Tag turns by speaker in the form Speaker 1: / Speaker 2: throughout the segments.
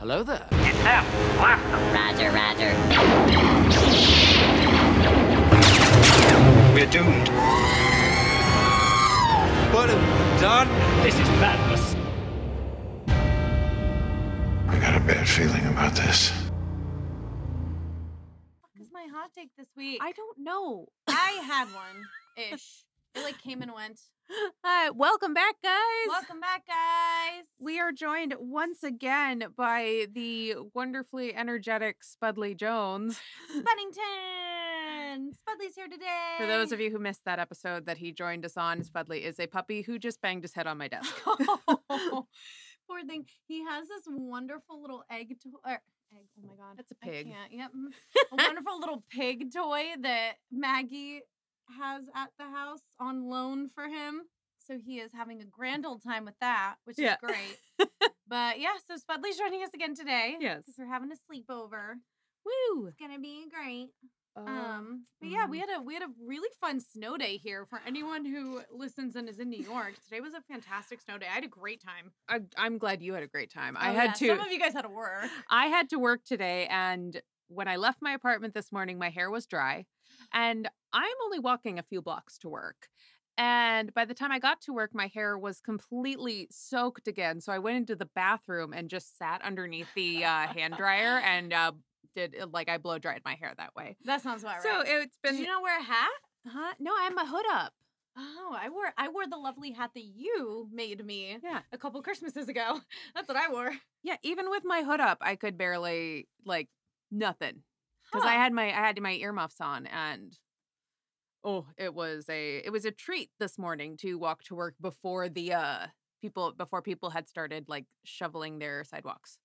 Speaker 1: Hello there.
Speaker 2: It's them. Blast them.
Speaker 3: Roger, roger.
Speaker 4: We're doomed. What have we done?
Speaker 2: This is madness.
Speaker 5: I got a bad feeling about this.
Speaker 6: What's my hot take this week?
Speaker 7: I don't know.
Speaker 6: I had one ish. It like came and went.
Speaker 7: Uh, welcome back, guys.
Speaker 6: Welcome back, guys.
Speaker 7: We are joined once again by the wonderfully energetic Spudley Jones.
Speaker 6: Spuddington. Spudley's here today.
Speaker 7: For those of you who missed that episode that he joined us on, Spudley is a puppy who just banged his head on my desk.
Speaker 6: Poor thing. He has this wonderful little egg toy. Egg. Oh my god.
Speaker 7: That's a
Speaker 6: I
Speaker 7: pig.
Speaker 6: can't, Yep. mm. A wonderful little pig toy that Maggie has at the house on loan for him. So he is having a grand old time with that, which
Speaker 7: Yeah.
Speaker 6: is great. but yeah, so Spudley's joining us again today.
Speaker 7: Yes.
Speaker 6: Because we're having a sleepover.
Speaker 7: Woo!
Speaker 6: It's gonna be great. Um,
Speaker 7: Oh,
Speaker 6: but yeah,
Speaker 7: mm.
Speaker 6: we had a we had a really fun snow day here for anyone who listens and is in New York. Today was a fantastic snow day. I had a great time.
Speaker 7: I, I'm glad you had a great time. I
Speaker 6: Oh,
Speaker 7: had
Speaker 6: yeah,
Speaker 7: to.
Speaker 6: Some of you guys had to work.
Speaker 7: I had to work today, and when I left my apartment this morning, my hair was dry, and I'm only walking a few blocks to work. And by the time I got to work, my hair was completely soaked again. So I went into the bathroom and just sat underneath the uh, hand dryer and uh, did like I blow dried my hair that way.
Speaker 6: That sounds about
Speaker 7: So
Speaker 6: right.
Speaker 7: it's been
Speaker 6: Did you not wear a hat?
Speaker 7: huh? No, I had my hood up.
Speaker 6: Oh, I wore I wore the lovely hat that you made me
Speaker 7: Yeah.
Speaker 6: a couple Christmases ago. That's what I wore.
Speaker 7: Yeah, even with my hood up, I could barely like nothing because I
Speaker 6: Huh.
Speaker 7: had my I had my earmuffs on, and oh, it was a it was a treat this morning to walk to work before the uh people before people had started like shoveling their sidewalks.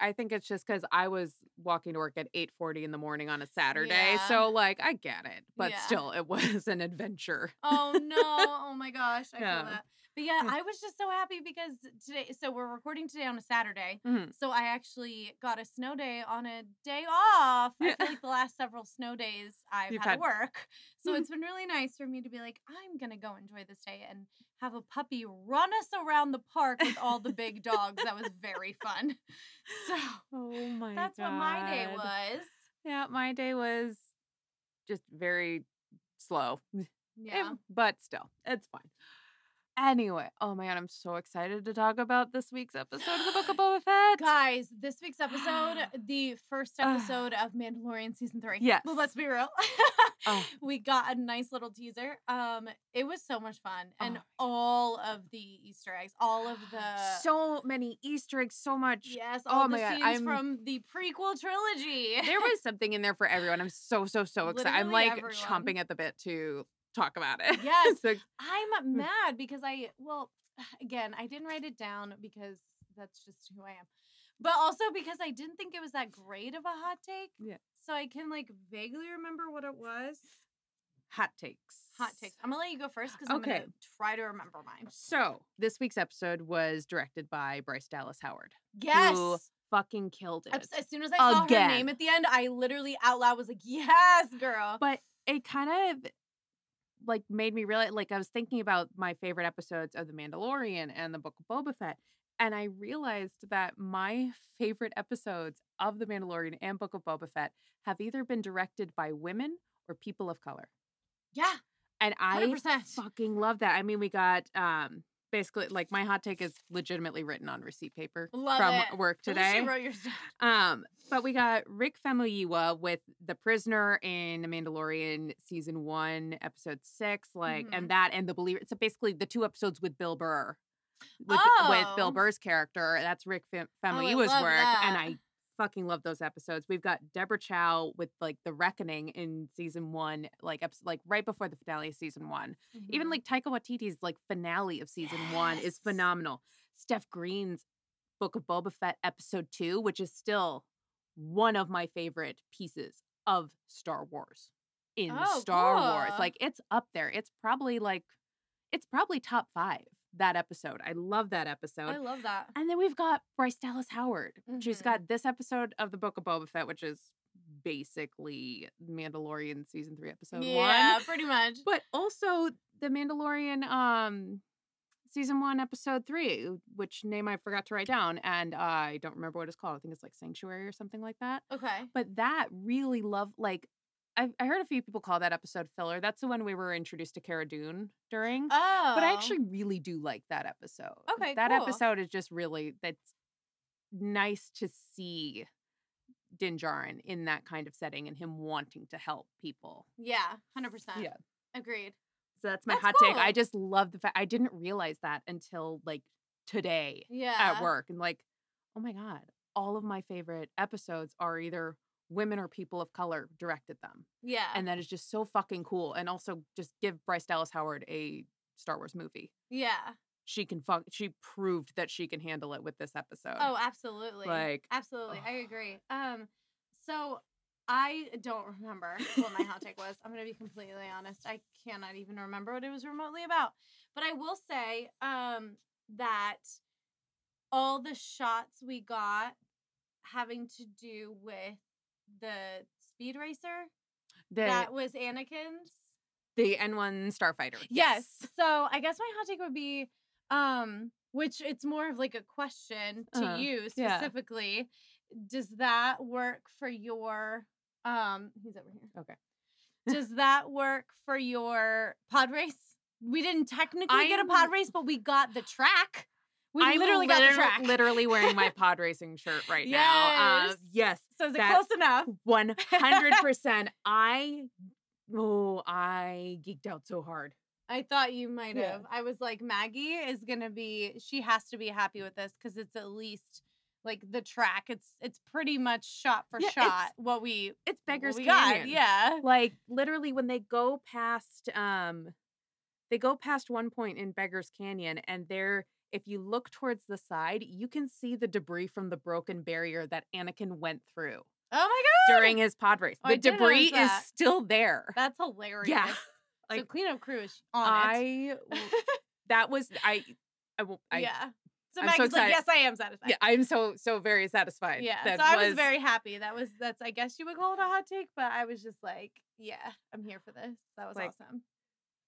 Speaker 7: I think it's just because I was walking to work at eight forty in the morning on a Saturday,
Speaker 6: Yeah.
Speaker 7: so like I get it, but
Speaker 6: Yeah.
Speaker 7: still, it was an adventure.
Speaker 6: Oh no! Oh my gosh! I
Speaker 7: Yeah.
Speaker 6: feel that. But yeah, I was just so happy because today. So we're recording today on a Saturday.
Speaker 7: Mhm.
Speaker 6: So I actually got a snow day on a day off. I
Speaker 7: Yeah.
Speaker 6: feel like the last several snow days I've
Speaker 7: You've
Speaker 6: had,
Speaker 7: had- Mm-hmm.
Speaker 6: to work. So it's been really nice for me to be like, I'm gonna go enjoy this day and have a puppy run us around the park with all the big dogs. That was very fun. So
Speaker 7: Oh my!
Speaker 6: that's what my day was.
Speaker 7: Yeah, my day was just very slow. It-
Speaker 6: Yeah.
Speaker 7: but still, it's fine. Anyway, oh my god, I'm so excited to talk about this week's episode of the Book of Boba Fett.
Speaker 6: Guys, this week's episode, the first episode of Mandalorian season three.
Speaker 7: Ah. Yes.
Speaker 6: Well, let's be real.
Speaker 7: Oh.
Speaker 6: we got a nice little teaser. Um, it was so much fun. And
Speaker 7: Oh
Speaker 6: all of the Easter eggs, all of the
Speaker 7: so many Easter eggs, so much.
Speaker 6: Yes,
Speaker 7: oh
Speaker 6: all the
Speaker 7: my God,
Speaker 6: scenes
Speaker 7: I'm-
Speaker 6: from the prequel trilogy.
Speaker 7: There was something in there for everyone. I'm so so so excited. I'm
Speaker 6: Literally
Speaker 7: like chomping
Speaker 6: everyone.
Speaker 7: at the bit to talk about it.
Speaker 6: Yes.
Speaker 7: So- Mm.
Speaker 6: I'm mad because I well, again, I didn't write it down because that's just who I am. But also because I didn't think it was that great of a hot take.
Speaker 7: Yeah.
Speaker 6: So I can like vaguely remember what it was.
Speaker 7: hot takes.
Speaker 6: Hot takes. I'm gonna let you go first because I'm
Speaker 7: Okay.
Speaker 6: gonna try to remember mine.
Speaker 7: So this week's episode was directed by Bryce Dallas Howard.
Speaker 6: Yes.
Speaker 7: Fucking killed it.
Speaker 6: As, as soon as I saw her
Speaker 7: Again.
Speaker 6: name at the end, I literally out loud was like, "Yes, girl."
Speaker 7: but it kind of like made me realize like I was thinking about my favorite episodes of The Mandalorian and the Book of Boba Fett. And I realized that my favorite episodes of The Mandalorian and Book of Boba Fett have either been directed by women or people of color.
Speaker 6: yeah,
Speaker 7: And I
Speaker 6: hundred percent.
Speaker 7: fucking love that. I mean, we got um basically like my hot take is legitimately written on receipt paper
Speaker 6: Love
Speaker 7: from
Speaker 6: it.
Speaker 7: work
Speaker 6: At least
Speaker 7: today.
Speaker 6: you wrote yours down.
Speaker 7: Um, but we got Rick Famuyiwa with the prisoner in The Mandalorian season one, episode six, like,
Speaker 6: Mhm.
Speaker 7: and that and the believer. So basically, the two episodes with Bill Burr, with, with
Speaker 6: Oh.
Speaker 7: Bill Burr's character. That's Rick Fam-
Speaker 6: I
Speaker 7: Famuyiwa's
Speaker 6: love
Speaker 7: work, and
Speaker 6: that.
Speaker 7: I fucking love those episodes. We've got Deborah Chow with like the reckoning in season one, like episode, like right before the finale of season one. Even
Speaker 6: Mhm.
Speaker 7: like Taika Waititi's like finale of season one is
Speaker 6: Yes.
Speaker 7: phenomenal. Steph Green's Book of Boba Fett episode two, which is still one of my favorite pieces of Star Wars in
Speaker 6: Oh,
Speaker 7: Star Wars.
Speaker 6: cool.
Speaker 7: Like it's up there. It's probably like it's probably top five that episode. I love that episode. Mm-hmm.
Speaker 6: I love that.
Speaker 7: and then we've got Bryce Dallas Howard. She's
Speaker 6: Mhm.
Speaker 7: got this episode of the Book of Boba Fett, which is basically Mandalorian season three, episode one
Speaker 6: yeah, pretty much.
Speaker 7: but also the Mandalorian um season one, episode three, which name I forgot to write down, and uh, I don't remember what it's called. I think it's like Sanctuary or something like that.
Speaker 6: Okay.
Speaker 7: But that really love like. I, I heard a few people call that episode filler. That's the one we were introduced to Cara Dune during.
Speaker 6: Oh.
Speaker 7: But I actually really do like that episode.
Speaker 6: Okay,
Speaker 7: That
Speaker 6: cool.
Speaker 7: episode is just really that's nice to see Dinjarin in that kind of setting and him wanting to help people.
Speaker 6: Yeah, 100%. Agreed.
Speaker 7: So that's my
Speaker 6: That's
Speaker 7: hot take. I
Speaker 6: cool.
Speaker 7: just love the fact I didn't realize that until like today
Speaker 6: Yeah.
Speaker 7: at work and like, oh my God, all of my favorite episodes are either women or people of color directed them.
Speaker 6: Yeah.
Speaker 7: And that is just so fucking cool. And also just give Bryce Dallas Howard a Star Wars movie.
Speaker 6: yeah.
Speaker 7: she can fuck she proved that she can handle it with this episode.
Speaker 6: Oh, absolutely.
Speaker 7: like,
Speaker 6: absolutely. I
Speaker 7: ugh.
Speaker 6: agree. Um, so I don't remember what my hot take was. I'm gonna be completely honest. I cannot even remember what it was remotely about. But I will say, um, that all the shots we got having to do with the speed racer
Speaker 7: the
Speaker 6: that was Anakin's.
Speaker 7: the N1 starfighter.
Speaker 6: Yes. So I guess my hot take would be, um, which it's more of like a question to
Speaker 7: Uh,
Speaker 6: you
Speaker 7: yeah.
Speaker 6: specifically. Does that work for your um he's over here.
Speaker 7: Okay.
Speaker 6: Does that work for your pod race? We didn't technically get a pod
Speaker 7: I'm-
Speaker 6: race, but we got the track. We
Speaker 7: I'm
Speaker 6: literally got the
Speaker 7: liter-
Speaker 6: track.
Speaker 7: literally wearing my pod racing shirt right now. Uh,
Speaker 6: Yes.
Speaker 7: yes.
Speaker 6: so is it
Speaker 7: that-
Speaker 6: close enough?
Speaker 7: 100%. I oh, I geeked out so hard.
Speaker 6: I thought you might
Speaker 7: Yeah.
Speaker 6: have. I was like, Maggie is gonna be. She has to be
Speaker 7: Mm.
Speaker 6: happy with this because it's at least like the track. It's it's pretty much shot for
Speaker 7: Yeah, it's
Speaker 6: shot what we
Speaker 7: It's beggars
Speaker 6: what we
Speaker 7: canyon.
Speaker 6: got. Yeah.
Speaker 7: Like literally when they go past um they go past one point in Beggars Canyon and they're if you look towards the side, you can see the debris from the broken barrier that Anakin went through.
Speaker 6: Oh my god.
Speaker 7: during his pod race.
Speaker 6: Oh, I
Speaker 7: the
Speaker 6: did notice
Speaker 7: debris is
Speaker 6: that.
Speaker 7: still there.
Speaker 6: That's hilarious.
Speaker 7: yeah.
Speaker 6: so
Speaker 7: like,
Speaker 6: cleanup crew is on it.
Speaker 7: I w- that was I I, w- I yeah.
Speaker 6: yeah. So
Speaker 7: I'm so
Speaker 6: Maggie's like,
Speaker 7: excited.
Speaker 6: yes, I am satisfied.
Speaker 7: I'm so so very satisfied.
Speaker 6: Yeah.
Speaker 7: That
Speaker 6: so I was very happy. That was that's I guess you would call it a hot take, but I was just like, yeah, I'm here for this. That was
Speaker 7: Like,
Speaker 6: awesome.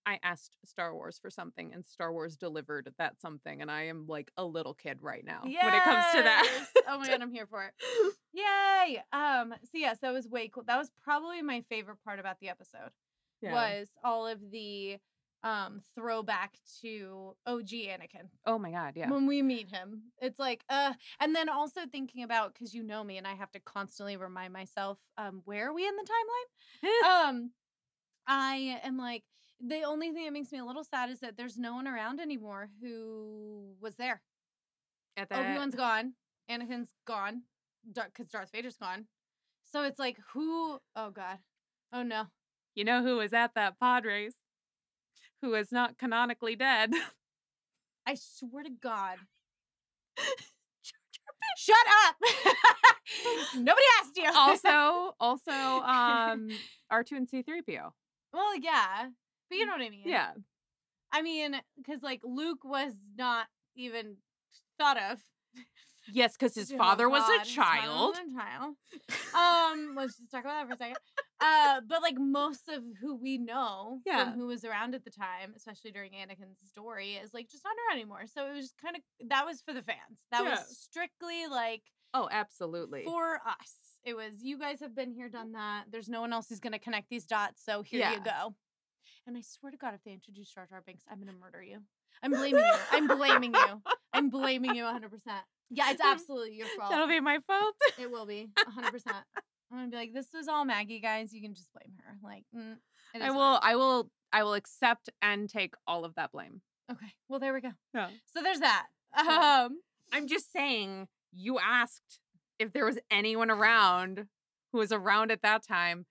Speaker 7: I asked Star Wars for something and Star Wars delivered that something and I am like a little kid right now when it comes to that.
Speaker 6: Yes. oh my god, I'm here for it. Yay! Um, so yes, that was way cool. That was probably my favorite part about the episode
Speaker 7: Yeah.
Speaker 6: was all of the um throwback to OG Anakin
Speaker 7: Oh my god, yeah.
Speaker 6: when we meet him. It's like uh and then also thinking about cuz you know me and I have to constantly remind myself um where are we in the timeline? um I am like the only thing that makes me a little sad is that there's no one around anymore who was there.
Speaker 7: At
Speaker 6: Obi Wan's gone. Anakin's gone. Because Darth Vader's gone. So it's like, who? Oh, God. Oh, no.
Speaker 7: you know who was at that pod race? Who is not canonically dead?
Speaker 6: I swear to God. Shut up. Nobody asked you.
Speaker 7: also, also, um, R two and C three PO.
Speaker 6: well, yeah. But you know what I mean.
Speaker 7: Mm, Yeah,
Speaker 6: I mean, because like Luke was not even thought of.
Speaker 7: Yes, because his
Speaker 6: Oh,
Speaker 7: father was
Speaker 6: God,
Speaker 7: a
Speaker 6: his father
Speaker 7: child.
Speaker 6: was a child. um let's just talk about that for a second uh but like most of who we know
Speaker 7: Yeah.
Speaker 6: from who was around at the time especially during anakin's story is like just not around anymore so it was just kind of that was for the fans that
Speaker 7: Yeah.
Speaker 6: was strictly like
Speaker 7: Oh, absolutely.
Speaker 6: for us it was you guys have been here done that there's no one else who's going to connect these dots so here
Speaker 7: Yeah.
Speaker 6: you go and i swear to god if they introduce jar jar binks i'm going to murder you i'm blaming you i'm blaming you i'm blaming you 100% yeah it's absolutely your fault
Speaker 7: That'll be my fault.
Speaker 6: it will be 100%. I'm going to be like, this was all Maggie, guys. You can just blame her. Like, mm, it is
Speaker 7: I
Speaker 6: what
Speaker 7: will.
Speaker 6: it
Speaker 7: I will. I will accept and take all of that blame.
Speaker 6: is. Okay. Well, there we go.
Speaker 7: Yeah.
Speaker 6: So there's that.
Speaker 7: Yeah.
Speaker 6: Um,
Speaker 7: I'm just saying. You asked if there was anyone around who was around at that time.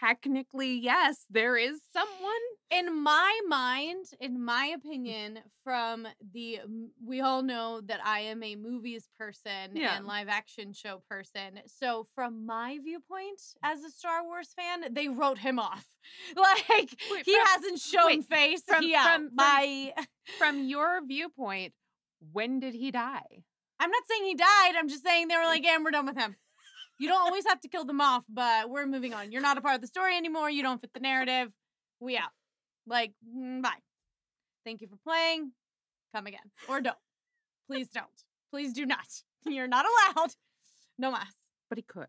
Speaker 7: Technically, yes, there is someone.
Speaker 6: in my mind, in my opinion, from the, m- we all know that I am a movies person
Speaker 7: Yeah.
Speaker 6: and live action show person. So from my viewpoint as a Star Wars fan, they wrote him off. Like,
Speaker 7: Wait,
Speaker 6: he
Speaker 7: from-
Speaker 6: has't shown
Speaker 7: wait,
Speaker 6: face.
Speaker 7: from-
Speaker 6: he out.
Speaker 7: from- from-
Speaker 6: Bye.
Speaker 7: From your viewpoint, when did he die?
Speaker 6: I'm not saying he died. I'm just saying they were like, and we're done with him. You don't always have to kill them off, but we're moving on. You're not a part of the story anymore. You don't fit the narrative. We out. Like, mm, bye. Thank you for playing. Come again. Or don't. Please don't. Please do not. You're not allowed. No mas.
Speaker 7: But he could.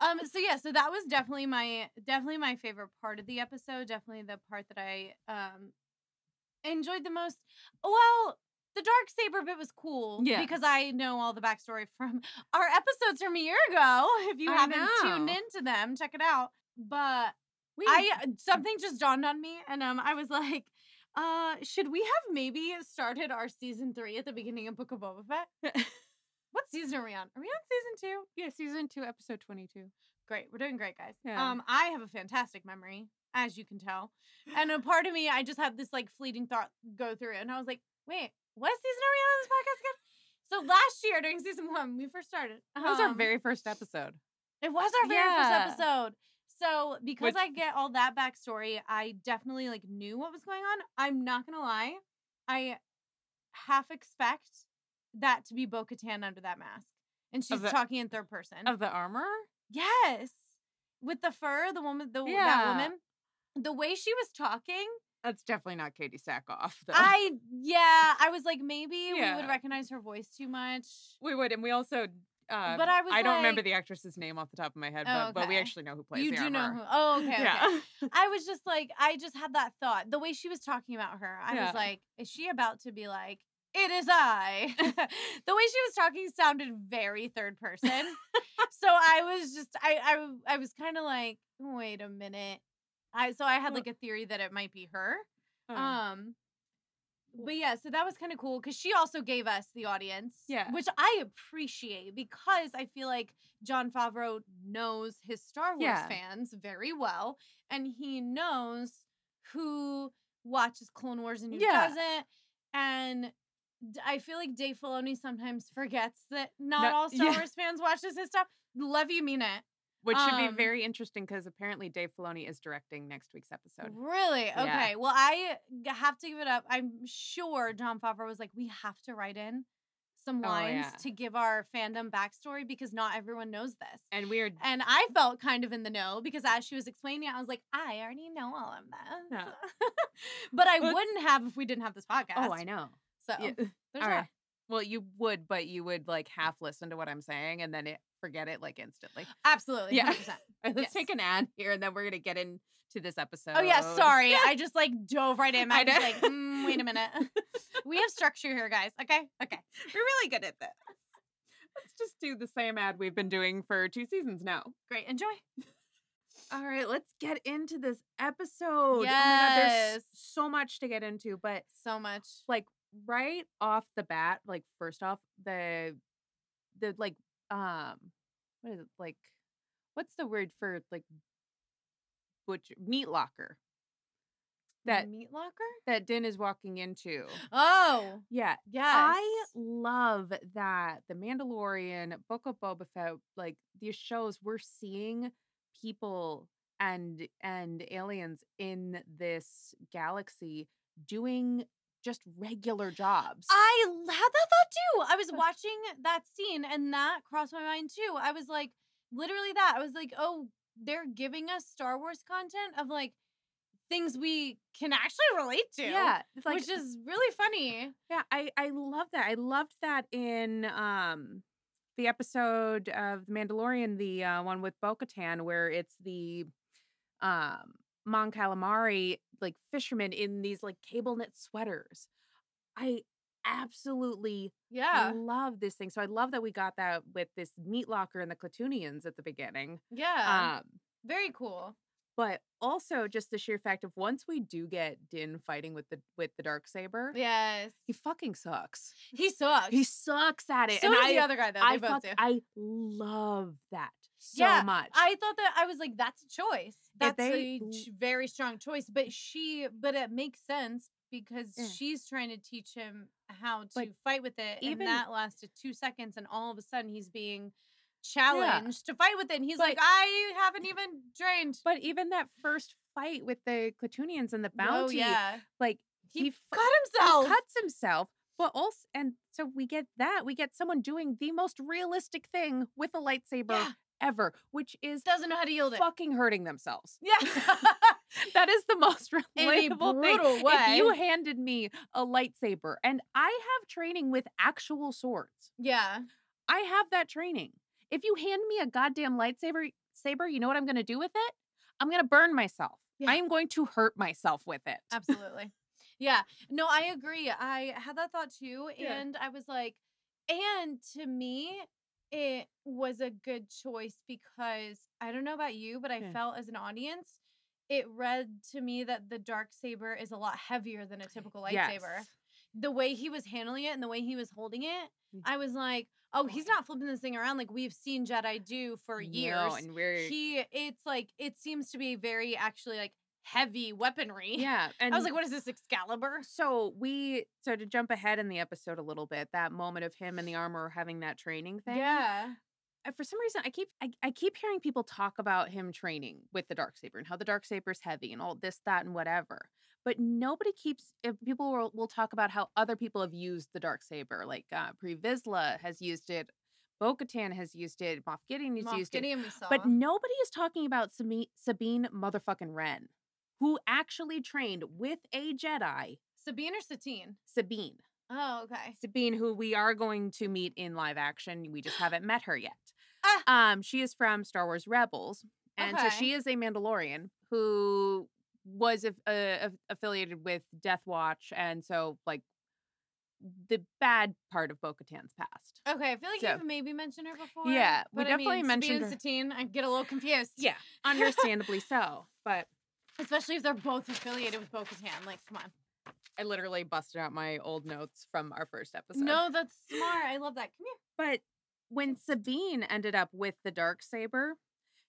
Speaker 6: um so yeah so that was definitely my definitely my favorite part of the episode definitely the part that i um enjoyed the most well the dark saber bit was cool
Speaker 7: Yeah.
Speaker 6: because i know all the backstory from our episodes from a year ago if you
Speaker 7: I
Speaker 6: haven't tuned
Speaker 7: know.
Speaker 6: into them check it out but
Speaker 7: We
Speaker 6: i something just dawned on me and um i was like uh should we have maybe started our season three at the beginning of book of boba fett what season are we on are we on season two
Speaker 7: yeah, season two, episode twenty-two.
Speaker 6: Great. We're doing great, guys.
Speaker 7: Yeah.
Speaker 6: Um, I have a fantastic memory, as you can tell. And a part of me, I just had this like fleeting thought go through it. And I was like, wait, what season are we on this podcast again? So last year during season one, we first started.
Speaker 7: That was our
Speaker 6: um,
Speaker 7: very first episode.
Speaker 6: it was our very
Speaker 7: Yeah.
Speaker 6: first episode. So because
Speaker 7: Which-
Speaker 6: I get all that backstory, I definitely like knew what was going on. I'm not gonna lie, I half expect that to be Bo Katan under that mask. And she's
Speaker 7: the-
Speaker 6: talking in third person.
Speaker 7: Of the armor?
Speaker 6: Yes. With the fur, the woman, the that
Speaker 7: Yeah.
Speaker 6: woman. The way she was talking,
Speaker 7: That's definitely not Katie Sackoff, though.
Speaker 6: I yeah, I was like maybe we
Speaker 7: Yeah.
Speaker 6: would recognize her voice too much.
Speaker 7: we would, and we also. Uh,
Speaker 6: I was
Speaker 7: I don't remember
Speaker 6: like-
Speaker 7: the actress's name off the top of my head,
Speaker 6: Oh,
Speaker 7: but, but we
Speaker 6: okay.
Speaker 7: actually know who plays
Speaker 6: you
Speaker 7: the
Speaker 6: do
Speaker 7: armor.
Speaker 6: know who? Oh, okay. okay.
Speaker 7: Yeah.
Speaker 6: I was just like, I just had that thought. The way she was talking about her, I
Speaker 7: Yeah.
Speaker 6: was like, is she about to be like, it is I? the way she was talking sounded very third person. so I was just, I, I, w- I was kind of like, wait a minute. I so I had
Speaker 7: Well-
Speaker 6: like a theory that it might be her.
Speaker 7: Oh.
Speaker 6: Um, but yeah, so that was kind of cool because she also gave us the audience,
Speaker 7: Yeah.
Speaker 6: which I appreciate because I feel like John Favreau knows his Star Wars
Speaker 7: Yeah.
Speaker 6: fans very well, and he knows who watches Clone Wars and who
Speaker 7: Yeah.
Speaker 6: doesn't, and. d- I feel like Dave Filoni sometimes forgets that not
Speaker 7: No-
Speaker 6: all Star
Speaker 7: yeah.
Speaker 6: Wars fans watches his stuff. Love you, mean it.
Speaker 7: Which should
Speaker 6: um,
Speaker 7: be very interesting because apparently Dave Filoni is directing next week's episode.
Speaker 6: Really?
Speaker 7: Yeah.
Speaker 6: Okay. Well, I g- have to give it up. I'm sure John Favreau was like, we have to write in some
Speaker 7: Oh,
Speaker 6: lines
Speaker 7: yeah.
Speaker 6: to give our fandom backstory because not everyone knows this.
Speaker 7: And we are
Speaker 6: And I felt kind of in the know because as she was explaining it, I was like, I already know all of this.
Speaker 7: Yeah.
Speaker 6: but I
Speaker 7: Well, it's-
Speaker 6: wouldn't have if we didn't have this podcast.
Speaker 7: Oh, I know. Oh.
Speaker 6: So
Speaker 7: Yeah.
Speaker 6: there's
Speaker 7: All
Speaker 6: that.
Speaker 7: right. Well, you would, but you would like half listen to what I'm saying and then it forget it like instantly.
Speaker 6: Absolutely.
Speaker 7: Yeah.
Speaker 6: 100%.
Speaker 7: Let's
Speaker 6: Yes.
Speaker 7: take an ad here and then we're gonna get into this episode.
Speaker 6: Oh yeah, sorry. I just like dove right in.
Speaker 7: I
Speaker 6: I was
Speaker 7: know.
Speaker 6: like, mm, wait a minute. we have structure here, guys. Okay, okay.
Speaker 7: We're really good at this. Let's just do the same ad we've been doing for two seasons now.
Speaker 6: Great. Enjoy.
Speaker 7: All right, let's get into this episode. Oh my god, there's
Speaker 6: Yes.
Speaker 7: so much to get into, but
Speaker 6: So much.
Speaker 7: like right off the bat, like first off, the the like um what is it like what's the word for like butcher meat locker that
Speaker 6: meat locker?
Speaker 7: that Din is walking into.
Speaker 6: Oh,
Speaker 7: Yeah.
Speaker 6: yes.
Speaker 7: I love that the Mandalorian, Book of Boba Fett, like these shows, we're seeing people and and aliens in this galaxy doing just regular jobs.
Speaker 6: I l- had that thought too. I was watching that scene and that crossed my mind too. I was like, literally that. I was like, oh, they're giving us Star Wars content of like things we can actually relate to.
Speaker 7: yeah, it's like
Speaker 6: which is really funny.
Speaker 7: yeah, I I love that. I loved that in um the episode of The Mandalorian, the uh, one with Bo-Katan, where it's the um Mon Calamari like fishermen in these like cable knit sweaters. I absolutely
Speaker 6: Yeah.
Speaker 7: love this thing. So I love that we got that with this meat locker and the Clatoonians at the beginning.
Speaker 6: Yeah.
Speaker 7: Um,
Speaker 6: Very cool.
Speaker 7: but also just the sheer fact of once we do get Din fighting with the with the dark saber,
Speaker 6: Yes.
Speaker 7: he fucking sucks.
Speaker 6: He sucks.
Speaker 7: He sucks at it.
Speaker 6: so
Speaker 7: and
Speaker 6: does
Speaker 7: I,
Speaker 6: the other guy though. They
Speaker 7: I,
Speaker 6: both
Speaker 7: fuck-
Speaker 6: do.
Speaker 7: I love that so
Speaker 6: Yeah,
Speaker 7: much.
Speaker 6: I thought that I was like, that's a choice. That's a
Speaker 7: they l-
Speaker 6: ch- very strong choice. But she, but it makes sense because
Speaker 7: Yeah.
Speaker 6: she's trying to teach him how to
Speaker 7: Eh. But
Speaker 6: fight with it. and
Speaker 7: even-
Speaker 6: that lasted two seconds, and all of a sudden he's being challenged to fight with it. And he's like,
Speaker 7: But-
Speaker 6: I haven't even Oh, drained.
Speaker 7: but even that first fight with the Clatoonians and the
Speaker 6: Oh
Speaker 7: bounty,
Speaker 6: yeah,
Speaker 7: like
Speaker 6: he,
Speaker 7: he fu-
Speaker 6: cut
Speaker 7: he
Speaker 6: himself.
Speaker 7: cuts himself. But also, and so we get that we get someone doing the most realistic thing with a lightsaber
Speaker 6: Yeah.
Speaker 7: ever, which is
Speaker 6: Doesn't know how to yield it.
Speaker 7: fucking hurting themselves.
Speaker 6: Yeah.
Speaker 7: that is the most
Speaker 6: in a
Speaker 7: relatable thing.
Speaker 6: brutal way.
Speaker 7: If you handed me a lightsaber and I have training with actual swords,
Speaker 6: yeah.
Speaker 7: I have that training. If you hand me a goddamn lightsaber, saber, you know what I'm going to do with it? I'm going to burn myself.
Speaker 6: Yeah.
Speaker 7: I am going to hurt myself with it.
Speaker 6: Absolutely. Yeah. No, I agree. I had that thought too.
Speaker 7: Yeah.
Speaker 6: And I was like, and to me, it was a good choice because I don't know about you, but I
Speaker 7: Yeah.
Speaker 6: felt as an audience, it read to me that the dark saber is a lot heavier than a typical lightsaber.
Speaker 7: Yes.
Speaker 6: The way he was handling it and the way he was holding it,
Speaker 7: Mm.
Speaker 6: I was like, oh, he's
Speaker 7: Boy.
Speaker 6: not flipping this thing around like we've seen Jedi do for years
Speaker 7: No, and we're
Speaker 6: he it's like it seems to be very actually like heavy weaponry.
Speaker 7: yeah. And
Speaker 6: I was like, what is this Excalibur?
Speaker 7: So we so to jump ahead in the episode a little bit, that moment of him and the armor having that training thing.
Speaker 6: Yeah.
Speaker 7: I- For some reason, I keep I, I keep hearing people talk about him training with the dark saber and how the dark saber is heavy and all this that and whatever. But nobody keeps if people will, will talk about how other people have used the dark saber, like uh, Pre Vizsla has used it, Bo Katan has used it, Moff Gideon has
Speaker 6: Moff
Speaker 7: used it,
Speaker 6: Gideon we saw.
Speaker 7: but nobody is talking about Sabine, Sabine motherfucking Wren, who actually trained with a Jedi,
Speaker 6: Sabine or Satine?
Speaker 7: Sabine.
Speaker 6: Oh, okay.
Speaker 7: Sabine, who we are going to meet in live action. We just haven't met her yet.
Speaker 6: Ah.
Speaker 7: Um, she is from Star Wars Rebels, and so
Speaker 6: Okay.
Speaker 7: she is a Mandalorian who was af- uh, af- affiliated with Death Watch, and so like the bad part of Bo-Katan's past.
Speaker 6: Okay, I feel like
Speaker 7: So-
Speaker 6: you've maybe mentioned her before.
Speaker 7: Yeah, we
Speaker 6: but I
Speaker 7: definitely
Speaker 6: mean,
Speaker 7: mentioned
Speaker 6: Sabine
Speaker 7: her.
Speaker 6: and Satine. I get a little confused.
Speaker 7: Yeah, understandably so. But
Speaker 6: especially if they're both affiliated with Bo-Katan. Like, come on.
Speaker 7: I literally busted out my old notes from our first episode.
Speaker 6: No, that's smart. I love that. Come here.
Speaker 7: But when Sabine ended up with the dark saber,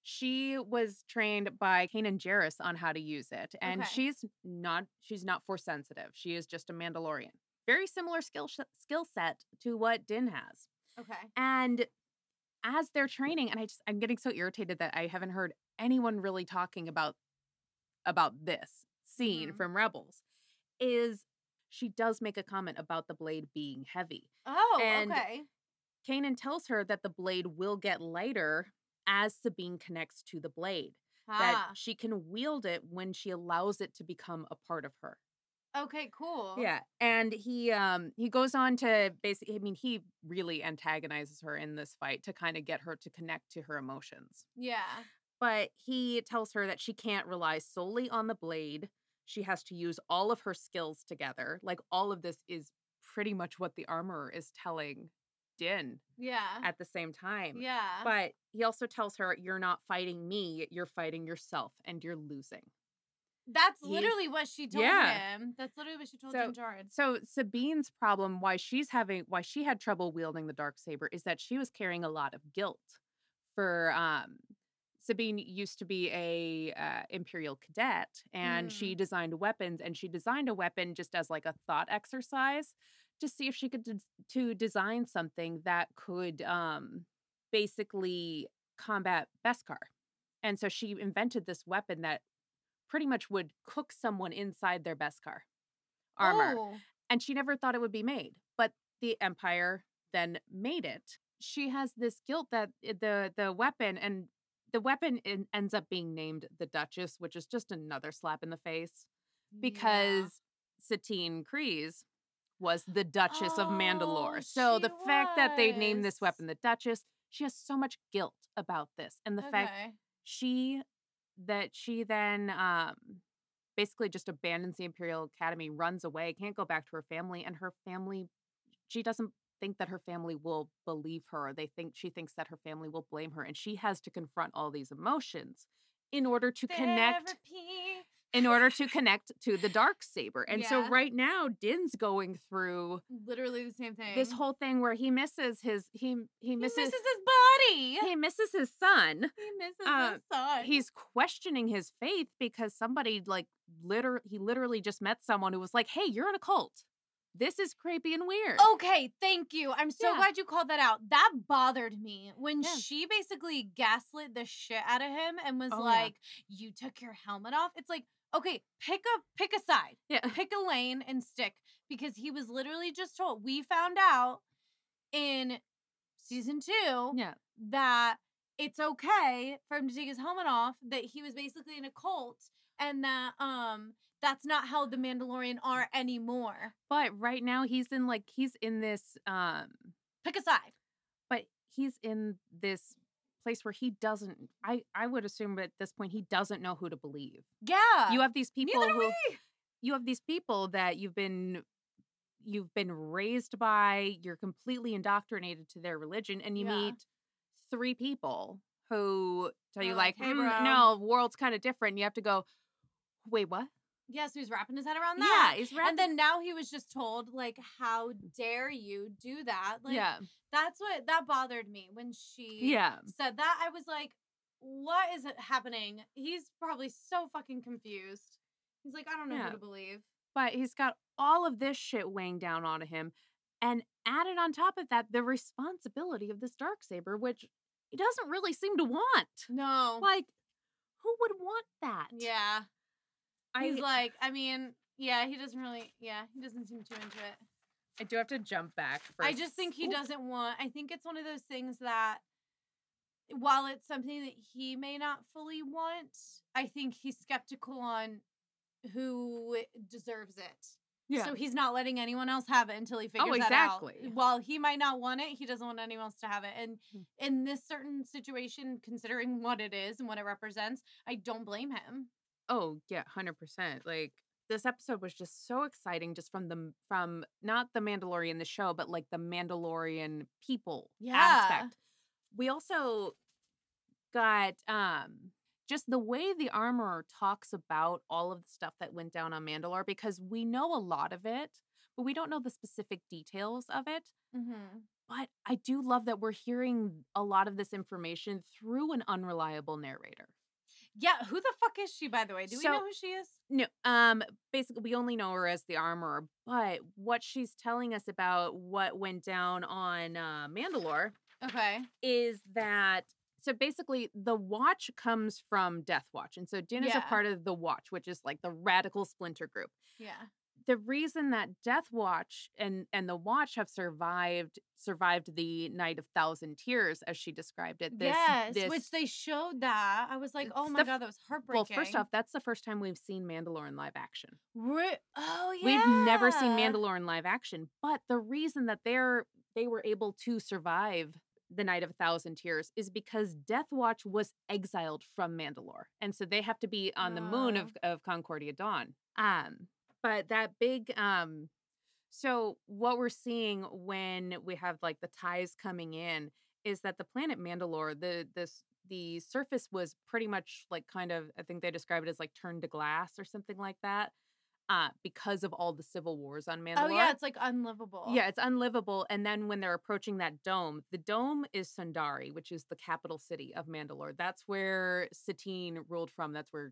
Speaker 7: she was trained by Kanan Jarrus on how to use it, and
Speaker 6: Okay.
Speaker 7: she's not she's not force sensitive. She is just a Mandalorian. Very similar skill sh- skill set to what Din has.
Speaker 6: Okay.
Speaker 7: And as they're training, and I just I'm getting so irritated that I haven't heard anyone really talking about about this scene
Speaker 6: Mhm.
Speaker 7: from Rebels. Is she does make a comment about the blade being heavy.
Speaker 6: Oh,
Speaker 7: And
Speaker 6: okay.
Speaker 7: Kanan tells her that the blade will get lighter as Sabine connects to the blade,
Speaker 6: Ah.
Speaker 7: that she can wield it when she allows it to become a part of her.
Speaker 6: Ah, okay, cool.
Speaker 7: Yeah, and he um he goes on to basically I mean he really antagonizes her in this fight to kind of get her to connect to her emotions.
Speaker 6: Yeah.
Speaker 7: But he tells her that she can't rely solely on the blade. She has to use all of her skills together. Like all of this is pretty much what the armorer is telling Din
Speaker 6: Yeah.
Speaker 7: at the same time.
Speaker 6: Yeah.
Speaker 7: But he also tells her, You're not fighting me, you're fighting yourself, and you're losing.
Speaker 6: That's
Speaker 7: He-
Speaker 6: literally what she told
Speaker 7: Yeah.
Speaker 6: him. That's literally what she told
Speaker 7: So-
Speaker 6: Jim Jarrett.
Speaker 7: So Sabine's problem, why she's having why she had trouble wielding the dark saber, is that she was carrying a lot of guilt for um Sabine used to be a uh, imperial cadet and
Speaker 6: Mm.
Speaker 7: she designed weapons and she designed a weapon just as like a thought exercise to see if she could des- to design something that could um basically combat Beskar. And so she invented this weapon that pretty much would cook someone inside their Beskar armor.
Speaker 6: Oh,
Speaker 7: And she never thought it would be made, but the Empire then made it. She has this guilt that i- the the weapon and the weapon en- ends up being named the Duchess, which is just another slap in the face because Satine Kreese was the Duchess of
Speaker 6: Oh,
Speaker 7: Mandalore. So the
Speaker 6: she
Speaker 7: fact that they named
Speaker 6: was.
Speaker 7: this weapon the Duchess, she has so much guilt about this, and the
Speaker 6: yeah.
Speaker 7: fact
Speaker 6: Okay.
Speaker 7: she that she then um basically just abandons the imperial academy runs away can't go back to her family and her family she doesn't think that her family will believe her they think she thinks that her family will blame her and she has to confront all these emotions in order to connect
Speaker 6: Therapy.
Speaker 7: in order to connect to the dark saber and so
Speaker 6: Yeah.
Speaker 7: right now din's going through
Speaker 6: literally the same thing.
Speaker 7: this whole thing where he misses his he he
Speaker 6: he misses,
Speaker 7: misses
Speaker 6: his body.
Speaker 7: he misses his son
Speaker 6: He misses
Speaker 7: uh,
Speaker 6: his son.
Speaker 7: he's questioning his faith because somebody like literally he literally just met someone who was like, "Hey, you're in a cult. This is creepy and weird."
Speaker 6: okay. Thank you. I'm so
Speaker 7: Yeah.
Speaker 6: glad you called that out. That bothered me when
Speaker 7: Yeah.
Speaker 6: she basically gaslit the shit out of him and was
Speaker 7: Oh, yeah.
Speaker 6: like, "You took your helmet off." It's like, okay, pick a pick a side.
Speaker 7: yeah.
Speaker 6: pick a lane and stick because he was literally just told we found out in season two
Speaker 7: Yeah.
Speaker 6: that it's okay for him to take his helmet off that he was basically in a cult and that um that's not how the Mandalorian are anymore.
Speaker 7: But right now he's in like he's in this um
Speaker 6: Pick a side.
Speaker 7: but he's in this place where he doesn't I I would assume at this point he doesn't know who to believe.
Speaker 6: Yeah.
Speaker 7: you have these people
Speaker 6: neither do
Speaker 7: who
Speaker 6: we.
Speaker 7: you have these people that you've been you've been raised by, you're completely indoctrinated to their religion and you
Speaker 6: Yeah.
Speaker 7: meet three people who tell you
Speaker 6: They're
Speaker 7: like,
Speaker 6: like, "Hey,
Speaker 7: "Mm,
Speaker 6: bro."
Speaker 7: no, world's kind of different. And you have to go, "Wait, what?"
Speaker 6: Yes, he was wrapping his head around that.
Speaker 7: Yeah, it's
Speaker 6: And then now he was just told, like, how dare you do that? Like
Speaker 7: yeah.
Speaker 6: that's what that bothered me when she
Speaker 7: Yeah.
Speaker 6: said that. I was like, what is it happening? He's probably so fucking confused. He's like, I don't know
Speaker 7: Yeah.
Speaker 6: who to believe.
Speaker 7: but he's got all of this shit weighing down on him and added on top of that the responsibility of this dark saber which he doesn't really seem to want
Speaker 6: No.
Speaker 7: like who would want that
Speaker 6: Yeah.
Speaker 7: I,
Speaker 6: He's like, I mean, yeah, he doesn't really, yeah, he doesn't seem too into it.
Speaker 7: I do have to jump back for
Speaker 6: I just think he doesn't want. I think it's one of those things that, while it's something that he may not fully want, I think he's skeptical on who deserves it. So he's not letting anyone else have it until he figures that
Speaker 7: Oh, exactly.
Speaker 6: out. While he might not want it, he doesn't want anyone else to have it. And
Speaker 7: Hmm.
Speaker 6: in this certain situation, considering what it is and what it represents, I don't blame him.
Speaker 7: oh yeah 100% like this episode was just so exciting just from the m- from not the mandalorian the show but like the mandalorian people
Speaker 6: Yeah.
Speaker 7: aspect we also got um just the way the armorer talks about all of the stuff that went down on mandalore because we know a lot of it but we don't know the specific details of it
Speaker 6: Mm-hmm.
Speaker 7: but i do love that we're hearing a lot of this information through an unreliable narrator
Speaker 6: Yeah, who the fuck is she, by the way? Do we know
Speaker 7: So-
Speaker 6: who she is?
Speaker 7: No, um, basically, we only know her as the armorer, but what she's telling us about what went down on uh, Mandalore
Speaker 6: Okay.
Speaker 7: is that so basically the watch comes from Death Watch, and so Din is a
Speaker 6: Yeah.
Speaker 7: part of the watch, which is like the radical splinter group.
Speaker 6: Yeah.
Speaker 7: The reason that Death Watch and and the watch have survived survived the Night of Thousand Tears, as she described it. This,
Speaker 6: yes,
Speaker 7: this,
Speaker 6: which they showed that. I was like,
Speaker 7: It's
Speaker 6: oh my
Speaker 7: the
Speaker 6: god,
Speaker 7: f-
Speaker 6: that was heartbreaking.
Speaker 7: well, first off, that's the first time we've seen Mandalore in live action.
Speaker 6: Re- oh yeah, Oh,
Speaker 7: We've never seen Mandalore in live action, but the reason that they're they were able to survive the Night of a Thousand Tears is because Death Watch was exiled from Mandalore, and so they have to be on the moon
Speaker 6: Ah.
Speaker 7: of of Concordia Dawn. Um, but that big um, so what we're seeing when we have like the ties coming in is that the planet Mandalore, the this the surface was pretty much like kind of I think they described it as like turned to glass or something like that, uh, because of all the civil wars on Mandalore.
Speaker 6: Oh yeah, it's like unlivable.
Speaker 7: Yeah, it's unlivable. And then when they're approaching that dome, the dome is Sundari, which is the capital city of Mandalore. That's where Satine ruled from. That's where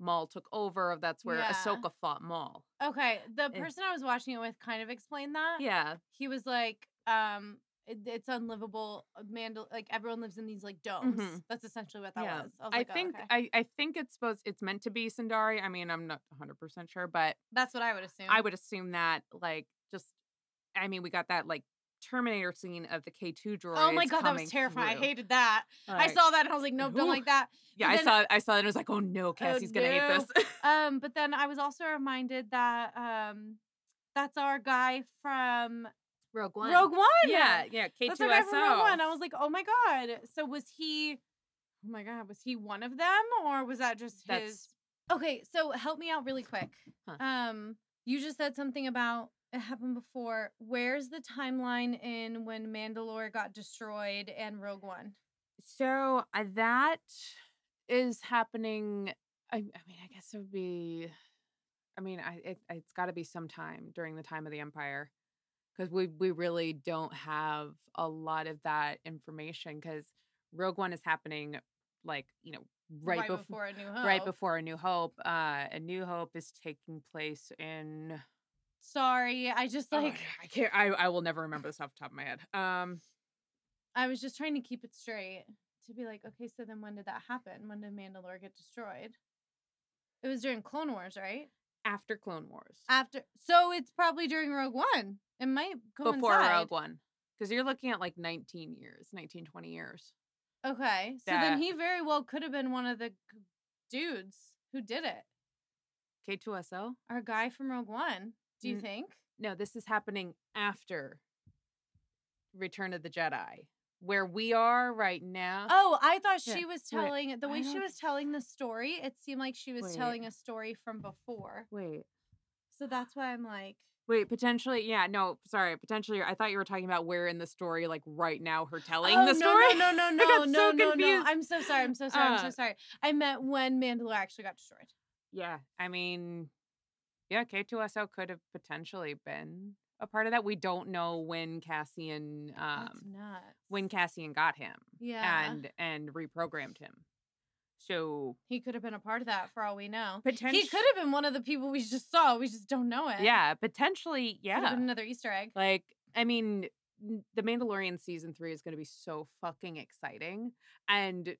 Speaker 7: Maul took over. That's where
Speaker 6: Yeah.
Speaker 7: Ahsoka fought Maul.
Speaker 6: Okay. The
Speaker 7: Eh.
Speaker 6: person I was watching it with kind of explained that.
Speaker 7: Yeah.
Speaker 6: He was like, um, it, it's unlivable. uh, Mandal like everyone lives in these like domes.
Speaker 7: Mhm.
Speaker 6: That's essentially what that
Speaker 7: Yeah.
Speaker 6: was. I, was
Speaker 7: I
Speaker 6: like, oh,
Speaker 7: think
Speaker 6: okay.
Speaker 7: I, I think it's supposed it's meant to be Sundari. I mean, I'm not 100 percent sure, but
Speaker 6: that's what I would assume.
Speaker 7: I would assume that like just I mean, we got that like Terminator scene of the K2 droid.
Speaker 6: Oh my god, that was terrifying. I hated that. I saw that and I was like, nope, don't
Speaker 7: Ooh.
Speaker 6: like that.
Speaker 7: Yeah,
Speaker 6: but
Speaker 7: I
Speaker 6: then-
Speaker 7: saw I saw it and I was like, oh no, Cassie's gonna
Speaker 6: no.
Speaker 7: hate this.
Speaker 6: Um, but then I was also reminded that um, that's our guy from
Speaker 7: Rogue
Speaker 6: Rogue One.
Speaker 7: Yeah, yeah, K2SO.
Speaker 6: That's our guy from Rogue One. I was like, oh my god. So was he? Oh my god, was he one of them, or was that just
Speaker 7: That's-
Speaker 6: his? Okay, so help me out really quick.
Speaker 7: Huh.
Speaker 6: Um, you just said something about it happened before. Where's the timeline in when Mandalore got destroyed and Rogue One?
Speaker 7: so uh, that is happening. I, I mean, I guess it would be. I mean, I it, it's got to be sometime during the time of the Empire, because we we really don't have a lot of that information. Because Rogue One is happening, like you know, right,
Speaker 6: right
Speaker 7: before,
Speaker 6: before A New Hope.
Speaker 7: right before A New Hope. Uh, A New Hope is taking place in.
Speaker 6: Sorry, I just
Speaker 7: Oh,
Speaker 6: like
Speaker 7: I can't. I I will never remember this off the top of my head. Um.
Speaker 6: I was just trying to keep it straight to be like, okay, so then when did that happen? When did Mandalore get destroyed? It was during Clone Wars, right?
Speaker 7: After Clone Wars.
Speaker 6: After, so it's probably during Rogue One. It might coincide.
Speaker 7: before Rogue One. Because you're looking at like 19 years, 19, 20 years.
Speaker 6: Okay, so
Speaker 7: that-
Speaker 6: then he very well could have been one of the g- dudes who did it.
Speaker 7: K2SO?
Speaker 6: Our guy from Rogue One. Do you
Speaker 7: Mm.
Speaker 6: think?
Speaker 7: No, this is happening after Return of the Jedi, where we are right now.
Speaker 6: Oh, I thought
Speaker 7: uh, Yeah.
Speaker 6: she was
Speaker 7: Wait,
Speaker 6: telling the
Speaker 7: I
Speaker 6: way she
Speaker 7: don't-
Speaker 6: was telling the story. It seemed like she was
Speaker 7: Wait.
Speaker 6: telling a story from before.
Speaker 7: Wait,
Speaker 6: So that's why I'm like,
Speaker 7: wait, potentially, yeah, no, sorry, potentially. I thought you were talking about where in the story, like right now, her telling
Speaker 6: oh, no,
Speaker 7: the story.
Speaker 6: No, no, no,
Speaker 7: I
Speaker 6: no,
Speaker 7: got
Speaker 6: no, no,
Speaker 7: so
Speaker 6: no.
Speaker 7: confused.
Speaker 6: I'm so sorry. I'm so sorry. I'm so
Speaker 7: Uh,
Speaker 6: sorry. I meant when Mandalore actually got destroyed.
Speaker 7: Yeah, I mean, yeah, K2SO could have potentially been a part of that. We don't know when Cassian,
Speaker 6: That's
Speaker 7: um,
Speaker 6: nuts.
Speaker 7: when Cassian got him
Speaker 6: yeah,
Speaker 7: and and reprogrammed him. So
Speaker 6: he could have been a part of that for all we know.
Speaker 7: potentially,
Speaker 6: He could have been one of the people we just saw. We just don't know it.
Speaker 7: yeah, potentially,
Speaker 6: Could have
Speaker 7: yeah.
Speaker 6: been another Easter egg.
Speaker 7: Like, I mean, n- The Mandalorian season three is going to be so fucking exciting. And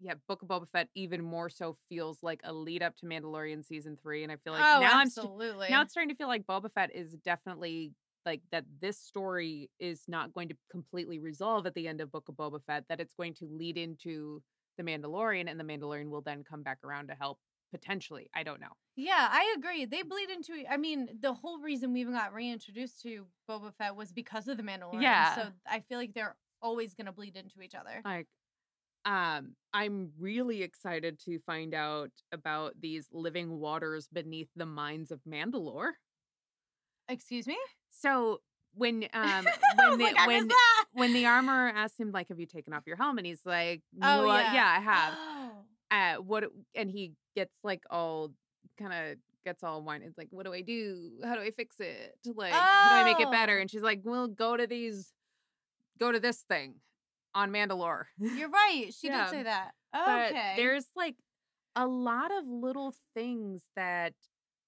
Speaker 7: yeah, Book of Boba Fett even more so feels like a lead up to Mandalorian season three. And I feel like
Speaker 6: oh,
Speaker 7: now I'm st-
Speaker 6: absolutely.
Speaker 7: now it's starting to feel like Boba Fett is definitely like that this story is not going to completely resolve at the end of Book of Boba Fett, that it's going to lead into The Mandalorian and The Mandalorian will then come back around to help potentially. I don't know.
Speaker 6: Yeah, I agree. They bleed into. e- I mean, the whole reason we even got reintroduced to Boba Fett was because of the Mandalorian. So
Speaker 7: Yeah. Uh,
Speaker 6: I feel like they're always going to bleed into each other.
Speaker 7: Like, um, I'm really excited to find out about these living waters beneath the mines of Mandalore.
Speaker 6: Excuse me.
Speaker 7: So when um
Speaker 6: I was
Speaker 7: when the,
Speaker 6: like, I missed
Speaker 7: when
Speaker 6: that.
Speaker 7: when the armorer asked him like, "Have you taken off your helmet?" and he's like,
Speaker 6: Oh,
Speaker 7: "Well,
Speaker 6: yeah.
Speaker 7: yeah, I have."
Speaker 6: Oh.
Speaker 7: uh what do- and he gets like all kind of gets all winded like what do i do how do i fix it like how do i make it better
Speaker 6: Oh.
Speaker 7: and she's like well go to these go to this thing on mandalore
Speaker 6: You're right. She
Speaker 7: Yeah,
Speaker 6: did say that.
Speaker 7: but
Speaker 6: okay.
Speaker 7: there's like a lot of little things that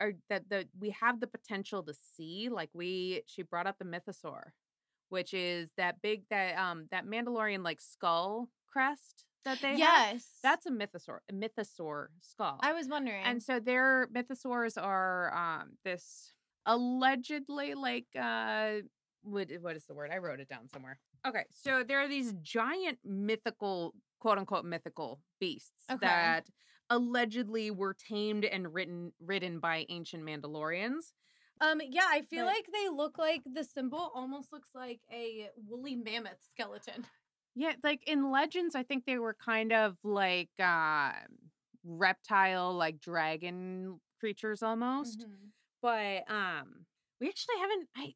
Speaker 7: are that the we have the potential to see like we she brought up the mythosaur which is that big that um that mandalorian like skull crest that they have.
Speaker 6: yes.
Speaker 7: That's a mythosaur, a mythosaur skull.
Speaker 6: I was wondering.
Speaker 7: and so their mythosaurs are um this allegedly like uh what what is the word? I wrote it down somewhere. Okay, so there are these giant mythical quote unquote mythical beasts
Speaker 6: Okay.
Speaker 7: that allegedly were tamed and ridden ridden by ancient Mandalorians.
Speaker 6: um, yeah, I feel
Speaker 7: but-
Speaker 6: like they look like the symbol almost looks like a woolly mammoth skeleton.
Speaker 7: Yeah, like in legends, I think they were kind of like uh, reptile, like dragon creatures almost.
Speaker 6: Mhm.
Speaker 7: but um we actually haven't i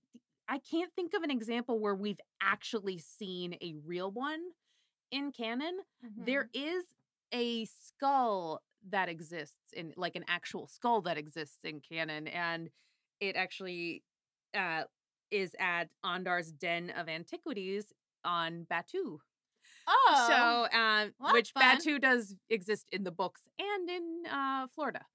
Speaker 7: i can't think of an example where we've actually seen a real one in canon There
Speaker 6: Mhm.
Speaker 7: is a skull that exists in like an actual skull that exists in canon and it actually uh is at Andar's Den of Antiquities on Batu.
Speaker 6: Oh.
Speaker 7: so, uh,
Speaker 6: well,
Speaker 7: which
Speaker 6: that's fun.
Speaker 7: Batu does exist in the books and in uh, Florida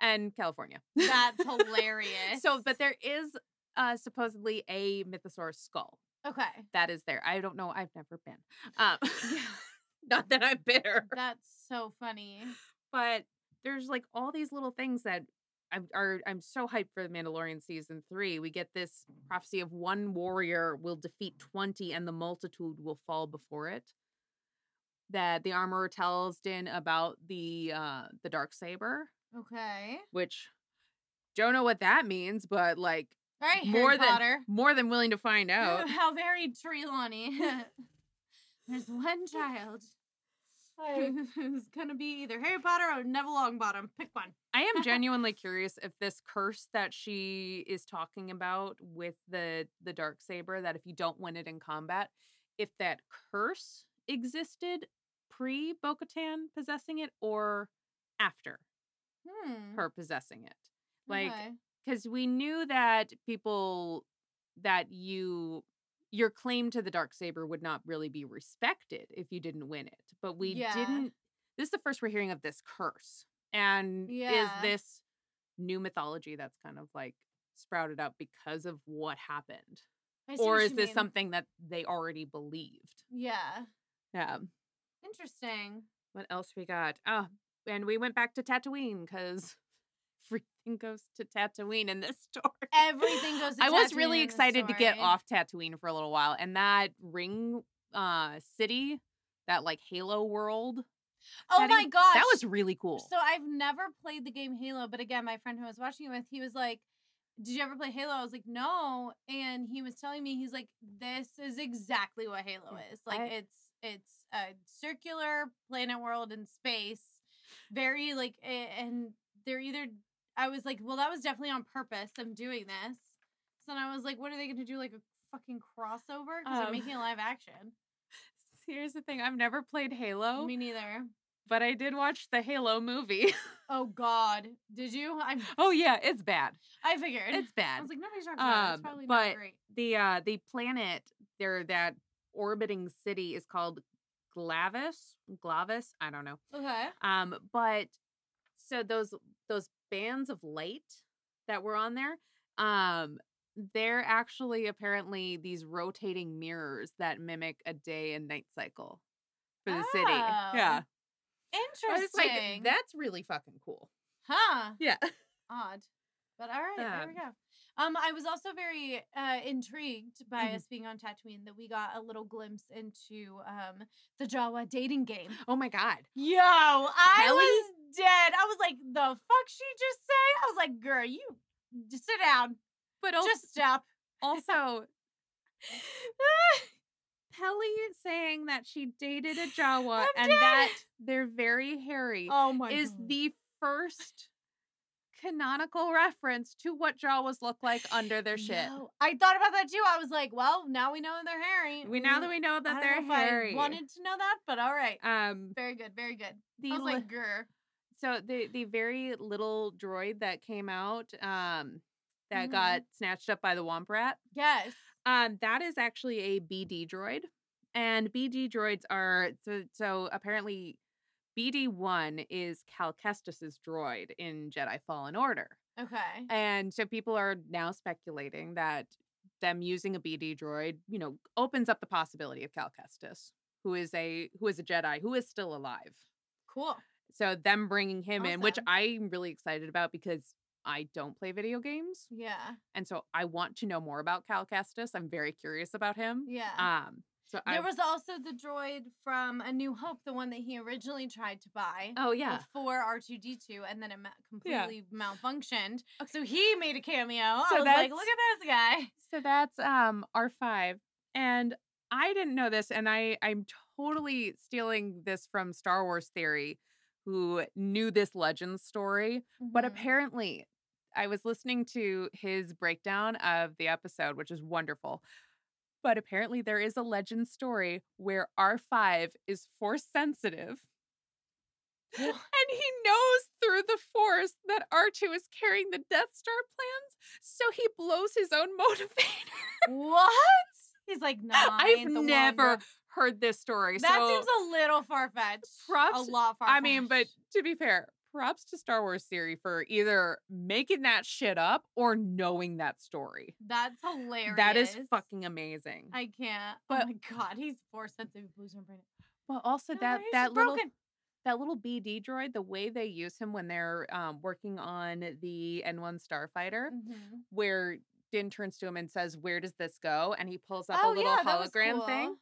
Speaker 7: and California.
Speaker 6: That's hilarious.
Speaker 7: So, but there is uh, supposedly a mythosaur skull
Speaker 6: okay,
Speaker 7: that is there. I don't know. I've never been. Um, not that I'm bitter,
Speaker 6: that's so funny.
Speaker 7: but there's like all these little things that I'm are, I'm so hyped for the Mandalorian season three. We get this prophecy of one warrior will defeat twenty, and the multitude will fall before it. That the armorer tells Din about the uh, the dark saber,
Speaker 6: Okay,
Speaker 7: which don't know what that means, but like
Speaker 6: all right,
Speaker 7: More
Speaker 6: Harry
Speaker 7: than-
Speaker 6: Potter.
Speaker 7: more than willing to find out.
Speaker 6: How very Trelawney. There's one child who- who's gonna be either Harry Potter or Neville Longbottom. Pick one.
Speaker 7: I am genuinely curious if this curse that she is talking about with the the dark saber that if you don't win it in combat, if that curse existed pre Bo-Katan possessing it or after
Speaker 6: Hmm.
Speaker 7: her possessing it. Like
Speaker 6: okay.
Speaker 7: cuz we knew that people that you your claim to the dark saber would not really be respected if you didn't win it. But we
Speaker 6: Yeah.
Speaker 7: didn't this is the first we're hearing of this curse. And
Speaker 6: Yeah.
Speaker 7: is this new mythology that's kind of like sprouted up because of what happened?
Speaker 6: I see
Speaker 7: Or
Speaker 6: what
Speaker 7: is
Speaker 6: you
Speaker 7: this
Speaker 6: mean.
Speaker 7: something that they already believed?
Speaker 6: Yeah,
Speaker 7: Yeah.
Speaker 6: interesting.
Speaker 7: What else we got? Oh, and we went back to Tatooine because everything goes to Tatooine in this story.
Speaker 6: Everything goes. to
Speaker 7: I was
Speaker 6: Tatooine
Speaker 7: really
Speaker 6: in this
Speaker 7: excited to get
Speaker 6: story.
Speaker 7: off Tatooine for a little while, and that ring uh city, that like Halo world
Speaker 6: Oh
Speaker 7: That
Speaker 6: my
Speaker 7: in-
Speaker 6: gosh.
Speaker 7: That was really cool.
Speaker 6: So I've never played the game Halo, but again, my friend who I was watching it with, he was like, "Did you ever play Halo?" I was like, "No," and he was telling me, he's like, "This is exactly what Halo is. Like,
Speaker 7: I-
Speaker 6: it's it's a circular planet world in space, very like, a- and they're either." I was like, "Well, that was definitely on purpose. I'm doing this." So then I was like, "What are they going to do? Like a fucking crossover? Because they're
Speaker 7: Um,
Speaker 6: making a live action."
Speaker 7: Here's the thing I've never played Halo,
Speaker 6: Me neither.
Speaker 7: but I did watch the Halo movie.
Speaker 6: Oh God, did you? I'm.
Speaker 7: oh, yeah, it's bad.
Speaker 6: I figured
Speaker 7: It's
Speaker 6: I
Speaker 7: bad.
Speaker 6: was like, nobody's talking about it. It's
Speaker 7: Um,
Speaker 6: probably
Speaker 7: but-
Speaker 6: not great.
Speaker 7: the uh the planet there that orbiting city is called Glavis. Glavis, I don't know.
Speaker 6: Okay.
Speaker 7: Um, but so those those bands of light that were on there, um, they're actually apparently these rotating mirrors that mimic a day and night cycle for the city. Yeah. I was like,
Speaker 6: Interesting.
Speaker 7: that's really fucking cool.
Speaker 6: huh.
Speaker 7: Yeah.
Speaker 6: Odd. But all right, there we
Speaker 7: Um,
Speaker 6: go. Um, I was also very uh, intrigued by
Speaker 7: Mhm.
Speaker 6: us being on Tatooine that we got a little glimpse into um, the Jawa dating game.
Speaker 7: Oh my god.
Speaker 6: Yo, I
Speaker 7: Kelly?
Speaker 6: was dead. I was like, the fuck she just say? I was like, girl, you just sit down.
Speaker 7: But also,
Speaker 6: Just stop.
Speaker 7: also Pelly saying that she dated a Jawa
Speaker 6: I'm
Speaker 7: and
Speaker 6: dead.
Speaker 7: that they're very hairy
Speaker 6: oh my
Speaker 7: is
Speaker 6: God.
Speaker 7: the first canonical reference to what Jawas look like under their shit.
Speaker 6: Yo, I thought about that too. I was like, well, now we know they're hairy.
Speaker 7: We now
Speaker 6: Mm,
Speaker 7: that we know that
Speaker 6: I
Speaker 7: they're
Speaker 6: don't know if
Speaker 7: hairy.
Speaker 6: I wanted to know that, but all right.
Speaker 7: um
Speaker 6: Very good, very good.
Speaker 7: the
Speaker 6: I was
Speaker 7: li-
Speaker 6: like, grr.
Speaker 7: so the the very little droid that came out um that
Speaker 6: Mhm.
Speaker 7: got snatched up by the womp rat
Speaker 6: Yes.
Speaker 7: Um, that is actually a BD droid, and BD droids are so. so apparently, BD one is Cal Kestis's droid in Jedi Fallen Order,
Speaker 6: Okay.
Speaker 7: and so people are now speculating that them using a BD droid, you know, opens up the possibility of Cal Kestis, who is a who is a Jedi who is still alive.
Speaker 6: Cool.
Speaker 7: So them bringing him in, which
Speaker 6: Awesome.
Speaker 7: I'm really excited about because I don't play video games,
Speaker 6: Yeah.
Speaker 7: and so I want to know more about Cal Kestis. I'm very curious about him.
Speaker 6: Yeah.
Speaker 7: Um, so I
Speaker 6: there was also the droid from A New Hope, the one that he originally tried to buy.
Speaker 7: oh yeah,
Speaker 6: Before R two D two, and then it ma-
Speaker 7: Yeah.
Speaker 6: completely malfunctioned. So he made a cameo.
Speaker 7: So
Speaker 6: I was like,
Speaker 7: that's-
Speaker 6: "Look at this guy!"
Speaker 7: so that's um R five, and I didn't know this, and I I'm totally stealing this from Star Wars Theory, who knew this legend story, but
Speaker 6: Mhm.
Speaker 7: apparently. I was listening to his breakdown of the episode, which is wonderful. But apparently, there is a legend story where R5 is force sensitive And he knows through the force that R2 is carrying the Death Star plans, so he blows his own motivator.
Speaker 6: what? He's like, "Nah." I
Speaker 7: I've
Speaker 6: ain't the one,
Speaker 7: never
Speaker 6: bruh."
Speaker 7: heard this story.
Speaker 6: That
Speaker 7: so
Speaker 6: seems a little far fetched. A
Speaker 7: Props-
Speaker 6: lot far.
Speaker 7: I mean, but to be fair, props to Star Wars theory for either making that shit up or knowing that story.
Speaker 6: that's hilarious.
Speaker 7: That is fucking amazing.
Speaker 6: I can't. oh
Speaker 7: But-
Speaker 6: my god, he's force sensitive. Blues on brain.
Speaker 7: well, also
Speaker 6: No,
Speaker 7: that
Speaker 6: he's
Speaker 7: that
Speaker 6: just
Speaker 7: little
Speaker 6: broken.
Speaker 7: that little BD droid, the way they use him when they're um, working on the N1 Starfighter.
Speaker 6: Mhm.
Speaker 7: where Din turns to him and says, "Where does this go?" and he pulls up
Speaker 6: Oh,
Speaker 7: a little
Speaker 6: yeah, that was
Speaker 7: hologram thing.
Speaker 6: cool.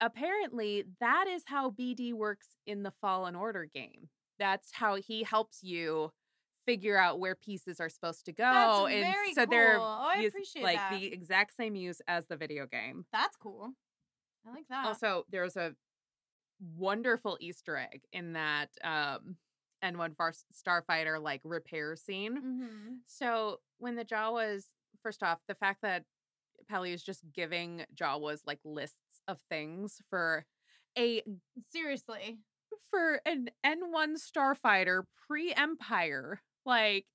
Speaker 7: Apparently, that is how BD works in the Fallen Order game. That's how he helps you figure out where pieces are supposed to go.
Speaker 6: That's
Speaker 7: Oh, and
Speaker 6: very
Speaker 7: so
Speaker 6: cool.
Speaker 7: they're
Speaker 6: Oh, I
Speaker 7: used,
Speaker 6: appreciate
Speaker 7: like
Speaker 6: that.
Speaker 7: the exact same use as the video game.
Speaker 6: That's cool. I like that.
Speaker 7: Also, there was a wonderful Easter egg in that um, N1 Far- Starfighter like repair scene.
Speaker 6: Mhm.
Speaker 7: So when the Jawas, first off, the fact that Pelly is just giving Jawas like lists of things for a
Speaker 6: seriously,
Speaker 7: for an N1 starfighter pre-empire, like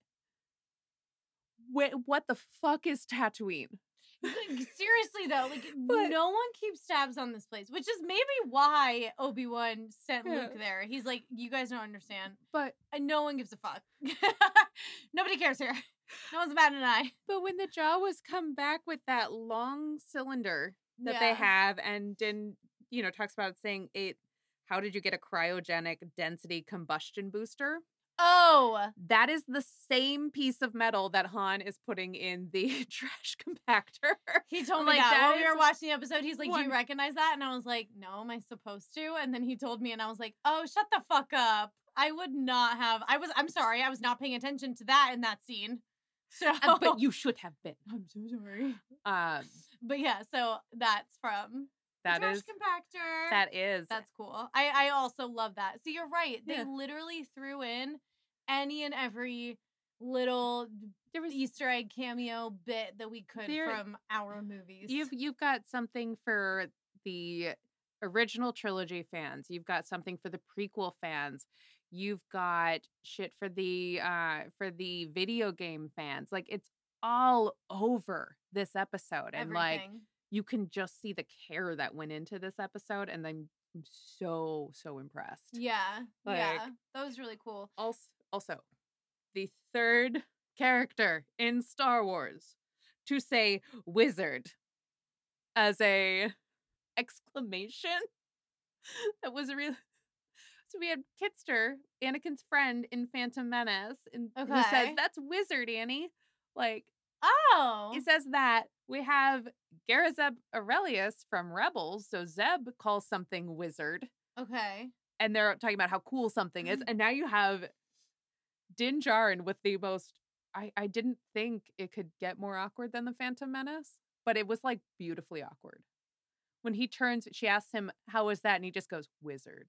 Speaker 7: wh- what the fuck is Tatooine?
Speaker 6: Like, seriously though, like
Speaker 7: But-
Speaker 6: no one keeps tabs on this place, which is maybe why Obi Wan sent
Speaker 7: Yeah.
Speaker 6: Luke there. He's like, you guys don't understand,
Speaker 7: But
Speaker 6: and no one gives a fuck. Nobody cares here. No one's mad at an eye.
Speaker 7: but when the Jawas come back with that long cylinder that
Speaker 6: Yeah.
Speaker 7: they have and Din, you know, talks about saying it how did you get a cryogenic density combustion booster?
Speaker 6: Oh,
Speaker 7: That is the same piece of metal that Han is putting in the trash compactor.
Speaker 6: he told me
Speaker 7: Like,
Speaker 6: that
Speaker 7: that
Speaker 6: while we were
Speaker 7: is
Speaker 6: watching the episode. He's like, "Do
Speaker 7: one-
Speaker 6: you recognize that?" And I was like, "No, am I supposed to?" And then he told me, and I was like, "Oh, shut the fuck up." I would not have. I was. I'm sorry. I was not paying attention to that in that scene. So,
Speaker 7: Uh, but you should have been.
Speaker 6: I'm so sorry.
Speaker 7: Um,
Speaker 6: But yeah, so that's from the
Speaker 7: that
Speaker 6: trash
Speaker 7: is
Speaker 6: compactor.
Speaker 7: that is
Speaker 6: That's cool. I I also love that. So you're right. They
Speaker 7: Yeah.
Speaker 6: literally threw in any and every little
Speaker 7: there was
Speaker 6: Easter egg cameo bit that we could
Speaker 7: There-
Speaker 6: from our movies.
Speaker 7: You've you've got something for the original trilogy fans. You've got something for the prequel fans. You've got shit for the uh for the video game fans. Like it's all over this episode and like
Speaker 6: Everything.
Speaker 7: you can just see the care that went into this episode and I'm I'm so so impressed.
Speaker 6: yeah,
Speaker 7: like-
Speaker 6: yeah, that was really cool.
Speaker 7: Also also the third character in Star Wars to say wizard as a exclamation that was really so we had Kitster, Anakin's friend in Phantom Menace, and who says
Speaker 6: Okay.
Speaker 7: that's wizard, Annie. Like
Speaker 6: Oh,
Speaker 7: he says that we have Garazeb Aurelius from Rebels, so Zeb calls something wizard
Speaker 6: okay.
Speaker 7: and they're talking about how cool something
Speaker 6: Mm-hmm.
Speaker 7: is, and now you have Din Djarin with the most. I I didn't think it could get more awkward than the Phantom Menace, but it was like beautifully awkward. When he turns, she asks him, "How was that?" and he just goes, "Wizard."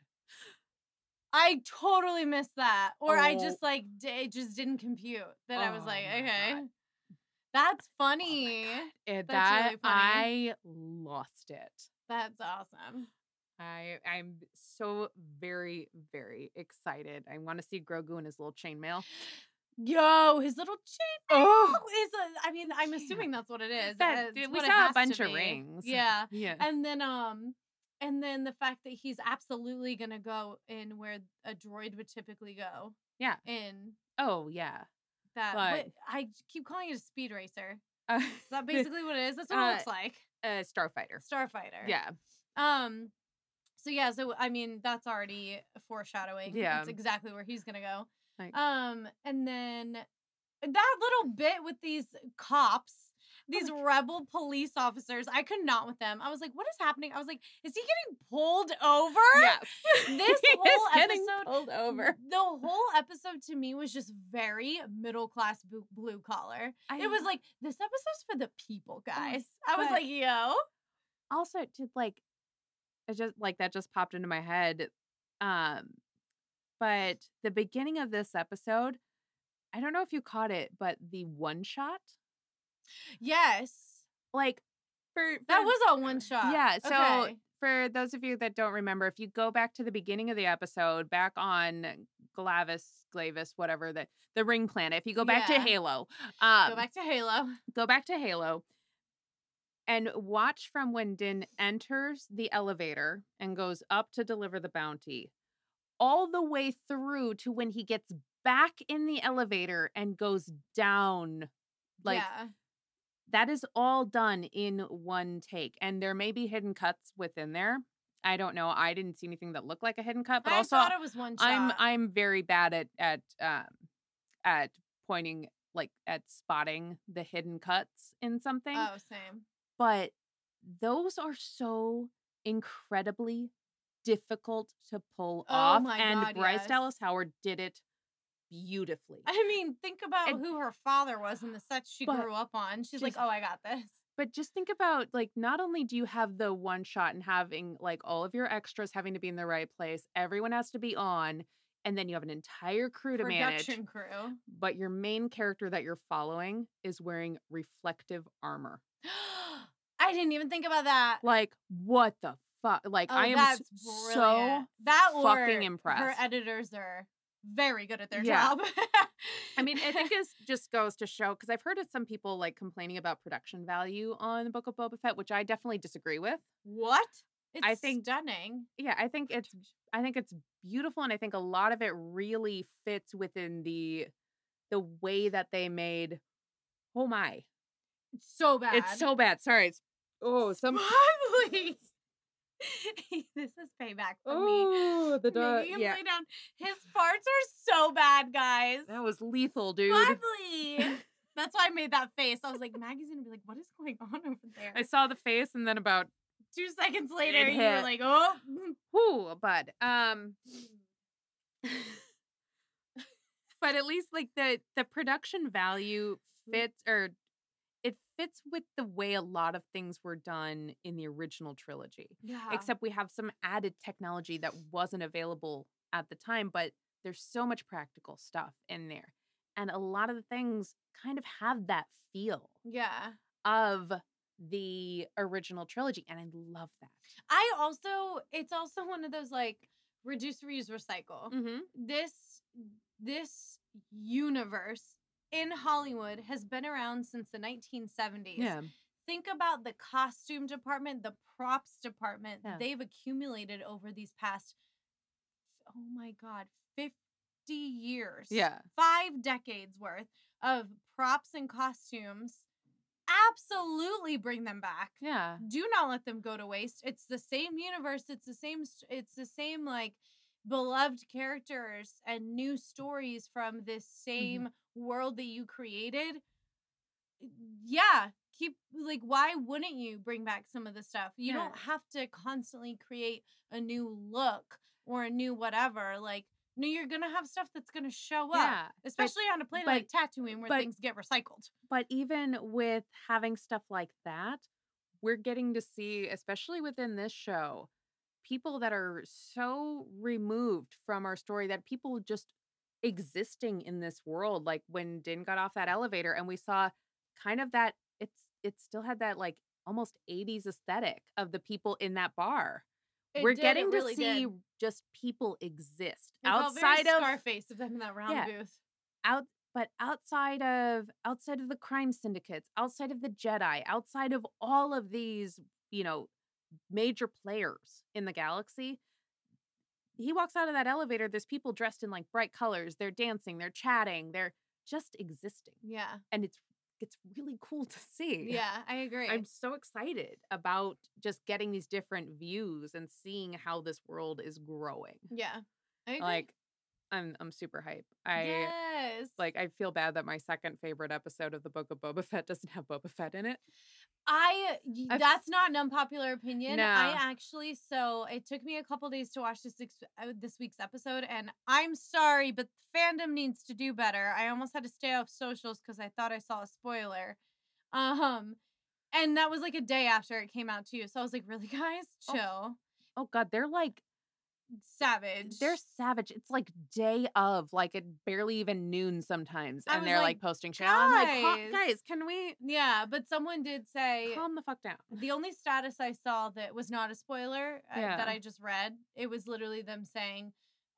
Speaker 6: I totally missed that, or I
Speaker 7: Oh.
Speaker 6: just like d- it just didn't compute that I was
Speaker 7: Oh
Speaker 6: like,
Speaker 7: my God.
Speaker 6: okay, that's
Speaker 7: Oh my
Speaker 6: funny.
Speaker 7: God. And
Speaker 6: That's
Speaker 7: that
Speaker 6: really funny.
Speaker 7: I lost it.
Speaker 6: that's awesome.
Speaker 7: I I'm so very very excited. I want to see Grogu in his little chainmail.
Speaker 6: Yo, his little chain
Speaker 7: Oh,
Speaker 6: is a, I mean, I'm
Speaker 7: Yeah.
Speaker 6: assuming that's what it is.
Speaker 7: that,
Speaker 6: That's
Speaker 7: we
Speaker 6: what it
Speaker 7: saw
Speaker 6: has
Speaker 7: a
Speaker 6: to
Speaker 7: bunch of
Speaker 6: be.
Speaker 7: rings.
Speaker 6: Yeah.
Speaker 7: yeah.
Speaker 6: And then um and then the fact that he's absolutely gonna go in where a droid would typically go.
Speaker 7: Yeah.
Speaker 6: In
Speaker 7: oh yeah.
Speaker 6: that
Speaker 7: Like-
Speaker 6: what, I keep calling it a speed racer.
Speaker 7: Uh,
Speaker 6: Is that basically what it is? That's what
Speaker 7: Uh,
Speaker 6: it looks like.
Speaker 7: a starfighter.
Speaker 6: Starfighter.
Speaker 7: Yeah.
Speaker 6: Um so yeah, so I mean that's already foreshadowing.
Speaker 7: Yeah.
Speaker 6: That's exactly where he's gonna go.
Speaker 7: Like-
Speaker 6: um, and then that little bit with these cops, these rebel police officers, I could not with them. I was like, what is happening? I was like, is he getting pulled over? This
Speaker 7: He is
Speaker 6: whole
Speaker 7: getting
Speaker 6: episode-
Speaker 7: pulled over.
Speaker 6: The whole episode to me was just very middle class bu- blue collar. It was like this episode's for the people, guys. I was
Speaker 7: but-
Speaker 6: like, yo,
Speaker 7: also to like it just like that just popped into my head. Um but the beginning of this episode, I don't know if you caught it, but the one shot,
Speaker 6: yes,
Speaker 7: like for,
Speaker 6: that
Speaker 7: for-
Speaker 6: was a one shot.
Speaker 7: Yeah, so
Speaker 6: Okay.
Speaker 7: for those of you that don't remember, if you go back to the beginning of the episode, back on Glavis, Glavis, whatever that the ring planet, if you go back
Speaker 6: Yeah.
Speaker 7: to Halo, um,
Speaker 6: go back to Halo.
Speaker 7: go back to Halo and watch from when Din enters the elevator and goes up to deliver the bounty, all the way through to when he gets back in the elevator and goes down. Like
Speaker 6: yeah.
Speaker 7: that is all done in one take. And there may be hidden cuts within there. I don't know. I didn't see anything that looked like a hidden cut, but
Speaker 6: I
Speaker 7: also
Speaker 6: thought it was one shot.
Speaker 7: I'm I'm very bad at at um, at pointing like at spotting the hidden cuts in something,
Speaker 6: oh, same.
Speaker 7: but those are so incredibly difficult to pull
Speaker 6: Oh
Speaker 7: off.
Speaker 6: my
Speaker 7: and
Speaker 6: God,
Speaker 7: Bryce
Speaker 6: yes.
Speaker 7: Dallas Howard did it beautifully.
Speaker 6: I mean, think about
Speaker 7: And-
Speaker 6: who her father was and the sets she
Speaker 7: But
Speaker 6: grew up on. She's like,
Speaker 7: she's-
Speaker 6: "Oh, I got this."
Speaker 7: But just think about like not only do you have the one shot and having like all of your extras having to be in the right place, everyone has to be on, and then you have an entire crew to manage.
Speaker 6: Production crew.
Speaker 7: but your main character that you're following is wearing reflective armor.
Speaker 6: I didn't even think about that.
Speaker 7: Like, what the fuck? Like,
Speaker 6: Oh,
Speaker 7: I am s-
Speaker 6: that's
Speaker 7: so.
Speaker 6: brilliant. that
Speaker 7: fucking
Speaker 6: or
Speaker 7: impressed.
Speaker 6: Her editors are very good at their
Speaker 7: Yeah.
Speaker 6: job.
Speaker 7: I mean, I think this just goes to show because I've heard of some people like complaining about production value on the Book of Boba Fett, which I definitely disagree with.
Speaker 6: what? It's
Speaker 7: I think-
Speaker 6: stunning.
Speaker 7: Yeah, I think it's I think it's beautiful, and I think a lot of it really fits within the the way that they made. Oh my,
Speaker 6: It's so bad.
Speaker 7: it's so bad. Sorry, it's oh some
Speaker 6: Smiley. this is payback for me.
Speaker 7: Oh, the dog.
Speaker 6: Making him
Speaker 7: Yeah,
Speaker 6: lay down. His farts are so bad, guys.
Speaker 7: that was lethal, dude.
Speaker 6: Lovely. That's why I made that face. I was like, Maggie's gonna be like, "What is going on over there?"
Speaker 7: I saw the face, and then about
Speaker 6: Two seconds later, you were
Speaker 7: hit.
Speaker 6: like, "Oh."
Speaker 7: whoo, bud. Um, but at least like the the production value fits or it fits with the way a lot of things were done in the original trilogy.
Speaker 6: Yeah.
Speaker 7: Except we have some added technology that wasn't available at the time, but there's so much practical stuff in there. And a lot of the things kind of have that feel
Speaker 6: yeah.
Speaker 7: of the original trilogy. And I love that.
Speaker 6: I also, it's also one of those like reduce, reuse, recycle.
Speaker 7: Mm-hmm.
Speaker 6: This this universe in Hollywood has been around since the 1970s.
Speaker 7: Yeah.
Speaker 6: Think about the costume department, the props department
Speaker 7: Yeah.
Speaker 6: they've accumulated over these past oh my god, 50 years.
Speaker 7: Yeah.
Speaker 6: 5 decades worth of props and costumes. Absolutely bring them back
Speaker 7: Yeah.
Speaker 6: do not let them go to waste it's the same universe it's the same s- it's the same like beloved characters and new stories from this
Speaker 7: Mm-hmm.
Speaker 6: same world that you created yeah keep like why wouldn't you bring back some of the stuff you
Speaker 7: Yeah.
Speaker 6: don't have to constantly create a new look or a new whatever like no you're gonna have stuff that's gonna show up
Speaker 7: Yeah.
Speaker 6: especially on a planet
Speaker 7: but-
Speaker 6: like Tatooine where
Speaker 7: but-
Speaker 6: things get recycled
Speaker 7: But even with having stuff like that, we're getting to see, especially within this show, people that are so removed from our story that people just existing in this world. Like when Din got off that elevator and we saw kind of that, it's it still had that like almost 80s aesthetic of the people in that bar.
Speaker 6: It
Speaker 7: we're
Speaker 6: did, it
Speaker 7: getting to
Speaker 6: really
Speaker 7: see
Speaker 6: did.
Speaker 7: just people exist
Speaker 6: It felt very
Speaker 7: outside of
Speaker 6: Scarface of them in that round
Speaker 7: Yeah.
Speaker 6: booth.
Speaker 7: out but outside of outside of the crime syndicates outside of the jedi outside of all of these you know major players in the galaxy he walks out of that elevator there's people dressed in like bright colors they're dancing they're chatting they're just existing
Speaker 6: Yeah.
Speaker 7: and it's it's really cool to see
Speaker 6: Yeah, I agree.
Speaker 7: i'm so excited about just getting these different views and seeing how this world is growing
Speaker 6: yeah. I agree.
Speaker 7: like i'm i'm super hype i
Speaker 6: yes.
Speaker 7: like I feel bad that my second favorite episode of the Book of Boba Fett doesn't have Boba Fett in it.
Speaker 6: I y-
Speaker 7: I've-
Speaker 6: that's not an unpopular opinion. I
Speaker 7: No.
Speaker 6: actually so it took me a couple days to watch this ex- uh, this week's episode and I'm sorry but fandom needs to do better. I almost had to stay off socials cuz I thought I saw a spoiler. Um and that was like a day after it came out too. So I was like, "Really guys?
Speaker 7: Oh.
Speaker 6: Chill.
Speaker 7: Oh God, they're like
Speaker 6: Savage."
Speaker 7: they're savage. It's like day of, like at barely even noon sometimes,
Speaker 6: I
Speaker 7: and
Speaker 6: was
Speaker 7: they're
Speaker 6: like,
Speaker 7: like, posting shit. I'm like, "Ca-
Speaker 6: "Guys."
Speaker 7: guys, can we
Speaker 6: yeah, but someone did say
Speaker 7: calm the fuck down?
Speaker 6: The only status I saw that was not a spoiler uh,
Speaker 7: Yeah.
Speaker 6: that I just read, it was literally them saying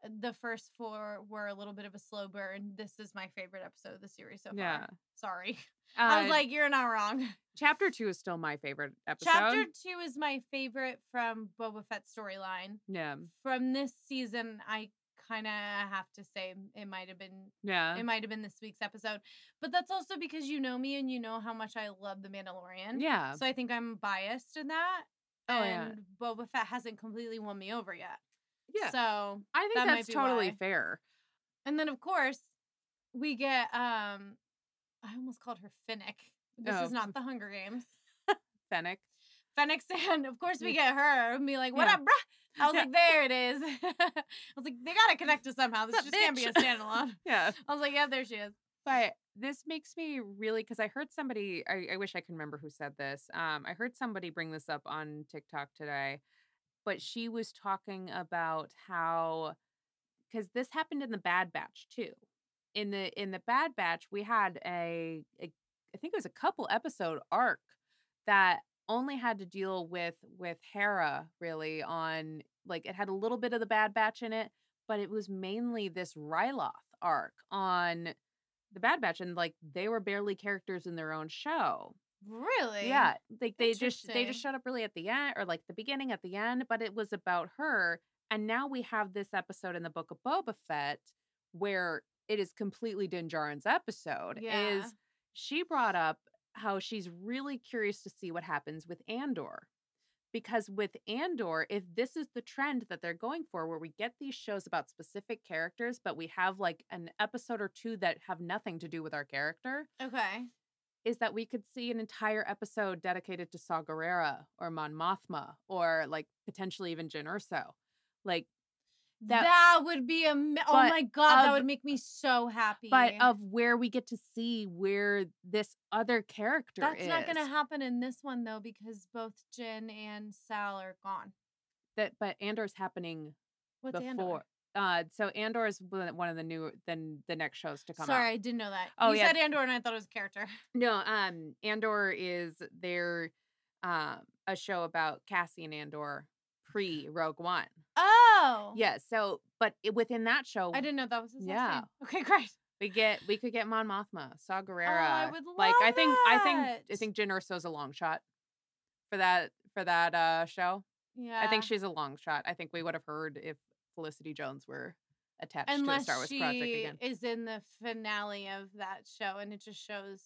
Speaker 6: uh, the first four were a little bit of a slow burn. This is my favorite episode of the series so far.
Speaker 7: Yeah. uh,
Speaker 6: Sorry. I was like, you're not wrong.
Speaker 7: chapter two is still my favorite episode.
Speaker 6: Chapter two is my favorite from Boba Fett's storyline.
Speaker 7: yeah,
Speaker 6: From this season, I kind of have to say it might have been
Speaker 7: yeah,
Speaker 6: it might have been this week's episode. But that's also because you know me and you know how much I love The Mandalorian.
Speaker 7: yeah.
Speaker 6: So I think I'm biased in that.
Speaker 7: Oh, yeah.
Speaker 6: and Boba Fett hasn't completely won me over yet.
Speaker 7: Yeah.
Speaker 6: So,
Speaker 7: I think
Speaker 6: that might
Speaker 7: that's
Speaker 6: be
Speaker 7: totally
Speaker 6: why.
Speaker 7: fair.
Speaker 6: and then of course, we get um I almost called her Finnick. This
Speaker 7: Oh.
Speaker 6: is not the Hunger Games.
Speaker 7: Fennec.
Speaker 6: Fennec and of course we get her and be like, "What
Speaker 7: Mm. Yeah.
Speaker 6: up, bruh?" I was
Speaker 7: Yeah.
Speaker 6: like, "There it is." I was like, "They gotta connect us somehow. This
Speaker 7: What's
Speaker 6: just
Speaker 7: up,
Speaker 6: can't be a
Speaker 7: bitch?"
Speaker 6: standalone."
Speaker 7: Yeah.
Speaker 6: I was like, "Yeah, there she is."
Speaker 7: But this makes me really because I heard somebody. I, I wish I could remember who said this. Um, I heard somebody bring this up on TikTok today, but she was talking about how because this happened in the Bad Batch too. In the in the Bad Batch, we had a, a I think it was a couple episode arc that only had to deal with with Hera really on like it had a little bit of the Bad Batch in it, but it was mainly this Ryloth arc on the Bad Batch, and like they were barely characters in their own show.
Speaker 6: Really?
Speaker 7: Yeah, like they just they
Speaker 6: Interesting.
Speaker 7: just showed up really at the end or like the beginning at the end, but it was about her. And now we have this episode in the Book of Boba Fett where it is completely Din Djarin's episode.
Speaker 6: Yeah.
Speaker 7: Is she brought up how she's really curious to see what happens with Andor because with Andor, if this is the trend that they're going for, where we get these shows about specific characters, but we have like an episode or two that have nothing to do with our character,
Speaker 6: Okay.
Speaker 7: is that we could see an entire episode dedicated to Saw Gerrera or Mon Mothma or like potentially even Jyn Erso. Like
Speaker 6: That,
Speaker 7: That-
Speaker 6: would be a oh
Speaker 7: but
Speaker 6: my god, that
Speaker 7: of-
Speaker 6: would make me so happy.
Speaker 7: but of where we get to see where this other character
Speaker 6: that's
Speaker 7: is.
Speaker 6: not going to happen in this one though because both Jin and Sal are gone.
Speaker 7: That but Andor's happening
Speaker 6: What's
Speaker 7: before.
Speaker 6: Andor?
Speaker 7: Uh, so Andor is one one of the new then the next shows to come.
Speaker 6: Sorry,
Speaker 7: out.
Speaker 6: I didn't know that.
Speaker 7: Oh,
Speaker 6: you
Speaker 7: yeah.
Speaker 6: said Andor, and I thought it was a character.
Speaker 7: no. Um, Andor is their um a show about Cassian Andor pre Rogue One.
Speaker 6: Oh,
Speaker 7: Yeah. So, but i- within that show,
Speaker 6: I didn't know that was his last
Speaker 7: Yeah.
Speaker 6: name. Okay, great.
Speaker 7: we get we could get Mon Mothma, Saw Gerrera.
Speaker 6: Oh, would
Speaker 7: like I
Speaker 6: love
Speaker 7: think I think I
Speaker 6: that.
Speaker 7: think Jyn Erso's a long shot for that for that uh show.
Speaker 6: Yeah,
Speaker 7: I think she's a long shot. I think we would have heard if Felicity Jones were attached to a
Speaker 6: unless
Speaker 7: Star Wars
Speaker 6: she
Speaker 7: project again.
Speaker 6: is in the finale of that show, and it just shows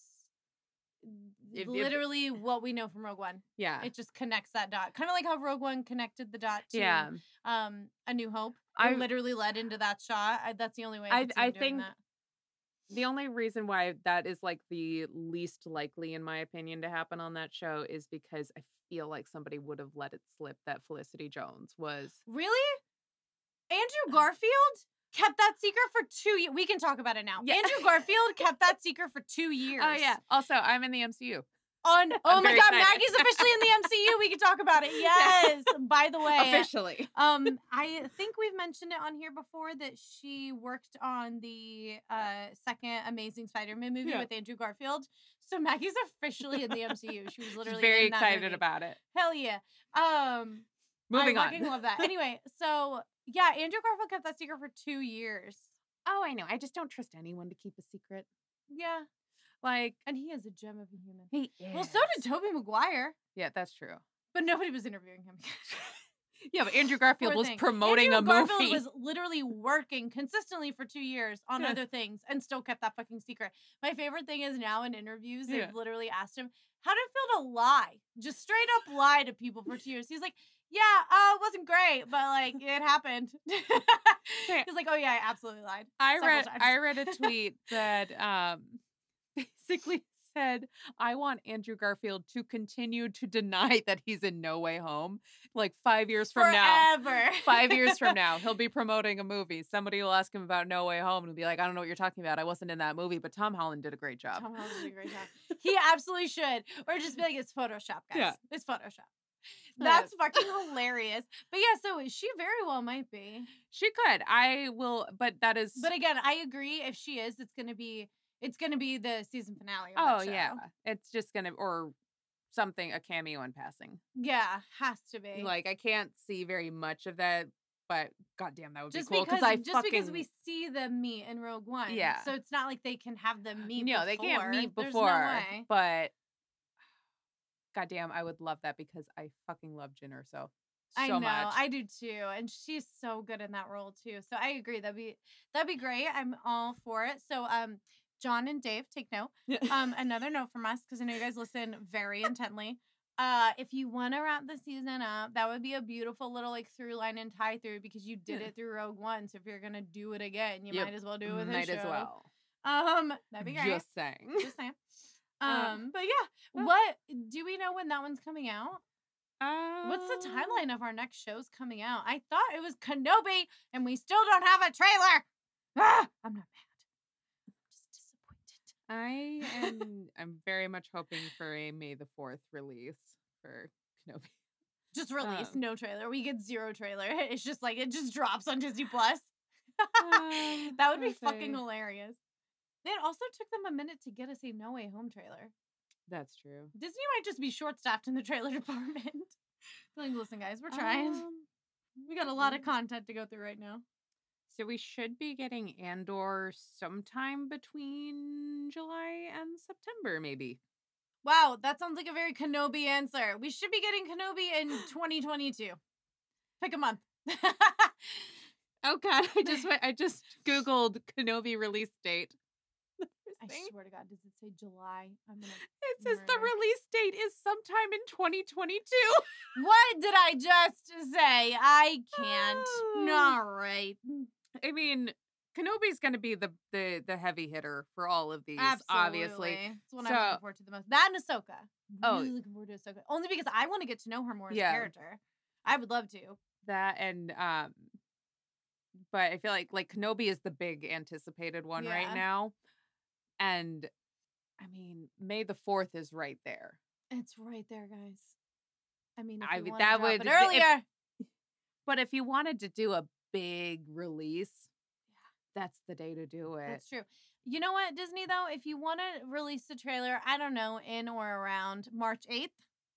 Speaker 7: If- if-
Speaker 6: literally what we know from Rogue One.
Speaker 7: Yeah.
Speaker 6: It just connects that dot, kind of like how Rogue One connected the dot to
Speaker 7: Yeah.
Speaker 6: um A New Hope. I
Speaker 7: I
Speaker 6: literally led into that shot. I, that's the only way.
Speaker 7: I-
Speaker 6: I, could see
Speaker 7: I
Speaker 6: him doing
Speaker 7: think-
Speaker 6: that.
Speaker 7: the only reason why that is like the least likely in my opinion to happen on that show is because I feel like somebody would have let it slip that Felicity Jones was
Speaker 6: Really? Andrew Garfield kept that secret for two years. We can talk about it now.
Speaker 7: Yeah.
Speaker 6: Andrew Garfield kept that secret for two years.
Speaker 7: Oh yeah. Also, I'm in the MCU.
Speaker 6: On oh my
Speaker 7: very
Speaker 6: god,
Speaker 7: excited.
Speaker 6: Maggie's officially in the MCU. We can talk about it. Yes. By the way,
Speaker 7: Officially.
Speaker 6: um, I think we've mentioned it on here before that she worked on the uh, second Amazing Spider-Man movie
Speaker 7: Yeah.
Speaker 6: with Andrew Garfield. So Maggie's officially in the MCU. She was
Speaker 7: She's
Speaker 6: literally
Speaker 7: very
Speaker 6: in that
Speaker 7: excited
Speaker 6: movie.
Speaker 7: about it.
Speaker 6: Hell yeah. Um,
Speaker 7: Moving
Speaker 6: I
Speaker 7: on.
Speaker 6: fucking love that. Anyway, so yeah, Andrew Garfield kept that secret for two years.
Speaker 7: Oh, I know. I just don't trust anyone to keep a secret.
Speaker 6: Yeah,
Speaker 7: Like
Speaker 6: and he is a gem of a human.
Speaker 7: he
Speaker 6: Well, so did Toby Maguire,
Speaker 7: Yeah, that's true.
Speaker 6: but nobody was interviewing him.
Speaker 7: Yeah, but Andrew Garfield
Speaker 6: Poor
Speaker 7: was
Speaker 6: thing.
Speaker 7: promoting
Speaker 6: Andrew
Speaker 7: a
Speaker 6: Garfield
Speaker 7: movie.
Speaker 6: was literally working consistently for two years on
Speaker 7: Yeah.
Speaker 6: other things and still kept that fucking secret. My favorite thing is now in interviews, they've
Speaker 7: Yeah.
Speaker 6: literally asked him, How did it feel to lie? Just straight up lie to people for two years. He's like, Yeah, uh, it wasn't great, but like it happened.
Speaker 7: Yeah.
Speaker 6: He's like, Oh yeah, I absolutely lied.
Speaker 7: I
Speaker 6: several
Speaker 7: read
Speaker 6: times.
Speaker 7: I read a tweet that um basically said I want Andrew Garfield to continue to deny that he's in No Way Home like 5 years from now.
Speaker 6: Forever.
Speaker 7: 5 years from now, he'll be promoting a movie. Somebody will ask him about No Way Home and he'll be like, "I don't know what you're talking about. I wasn't in that movie, but Tom Holland did a great job."
Speaker 6: Tom Holland did a great job. He absolutely should. Or just be like, it's Photoshop, guys.
Speaker 7: Yeah.
Speaker 6: It's Photoshop.
Speaker 7: Yeah.
Speaker 6: That's fucking hilarious. But yeah, so she very well might be.
Speaker 7: She could. I will, but that is
Speaker 6: But again, I agree. If she is, it's gonna be it's gonna be the season finale. Of that
Speaker 7: Oh
Speaker 6: show.
Speaker 7: yeah. It's just going to or something a cameo in passing.
Speaker 6: yeah, has to be.
Speaker 7: Like I can't see very much of that, but goddamn, that would
Speaker 6: just
Speaker 7: be cool
Speaker 6: because
Speaker 7: I
Speaker 6: just
Speaker 7: fucking,
Speaker 6: because we see them meet in Rogue One.
Speaker 7: Yeah.
Speaker 6: So it's not like they can have them meet.
Speaker 7: no, they can't meet
Speaker 6: There's
Speaker 7: before,
Speaker 6: No way.
Speaker 7: but goddamn, I would love that because I fucking love Jyn Erso so
Speaker 6: I know,
Speaker 7: much.
Speaker 6: I do too, and she's so good in that role too. So I agree that'd be that'd be great. I'm all for it. So um, John and Dave, take note. Um, another note from us because I know you guys listen very intently. Uh, if you want to wrap the season up, that would be a beautiful little like through line and tie through because you did
Speaker 7: Yeah.
Speaker 6: it through Rogue One. So if you're gonna do it again, you
Speaker 7: Yep,
Speaker 6: might as well do it with a
Speaker 7: might
Speaker 6: show.
Speaker 7: as well.
Speaker 6: Um, that'd be great. Just,
Speaker 7: Just saying.
Speaker 6: saying.
Speaker 7: Um,
Speaker 6: Um, but yeah,
Speaker 7: yeah.
Speaker 6: what do we know when that one's coming out? What's the
Speaker 7: Um,
Speaker 6: timeline of our next shows coming out? I thought it was Kenobi, and we still don't have a trailer. Ah, I'm not mad. I'm just disappointed.
Speaker 7: I am. I'm very much hoping for a May the Fourth release for Kenobi.
Speaker 6: Just release
Speaker 7: Um,
Speaker 6: no trailer. We get zero trailer. It's just like it just drops on Disney Plus.
Speaker 7: Um,
Speaker 6: that would
Speaker 7: we'll
Speaker 6: be fucking
Speaker 7: see.
Speaker 6: hilarious. It also took them a minute to get us a No Way Home trailer.
Speaker 7: That's true.
Speaker 6: Disney might just be short staffed in the trailer department. They're like, listen, guys, we're trying.
Speaker 7: Um,
Speaker 6: we got a lot of
Speaker 7: yeah.
Speaker 6: content to go through right now.
Speaker 7: So we should be getting Andor sometime between July and September, maybe.
Speaker 6: Wow, that sounds like a very Kenobi answer. We should be getting Kenobi in 2022. Pick a month.
Speaker 7: Oh God! I just went, I just googled Kenobi release date.
Speaker 6: I
Speaker 7: thing.
Speaker 6: swear to God, does it say July? I'm gonna.
Speaker 7: It says the
Speaker 6: murder.
Speaker 7: release date is sometime in 2022.
Speaker 6: What did I just say? I can't.
Speaker 7: Oh.
Speaker 6: All right. Mm,
Speaker 7: I mean, Kenobi's going to be the, the the heavy hitter for all of these, obviously.
Speaker 6: Absolutely. It's one I'm
Speaker 7: So-
Speaker 6: looking forward to the most. That and Ahsoka.
Speaker 7: Oh.
Speaker 6: Really looking forward to Ahsoka. Only because I want to get to know her more as
Speaker 7: Yeah.
Speaker 6: a character. I would love to.
Speaker 7: That and um but I feel like like Kenobi is the big anticipated one
Speaker 6: Yeah.
Speaker 7: right now. And I mean, May the 4th is right there.
Speaker 6: It's right there, guys. I mean,
Speaker 7: I
Speaker 6: I would
Speaker 7: mean, that
Speaker 6: that would
Speaker 7: would-
Speaker 6: it
Speaker 7: if-
Speaker 6: earlier.
Speaker 7: But if you wanted to do a big release, that's the day to do it.
Speaker 6: That's true. You know what, Disney though, if you want to release a trailer, I don't know, in or around March eighth,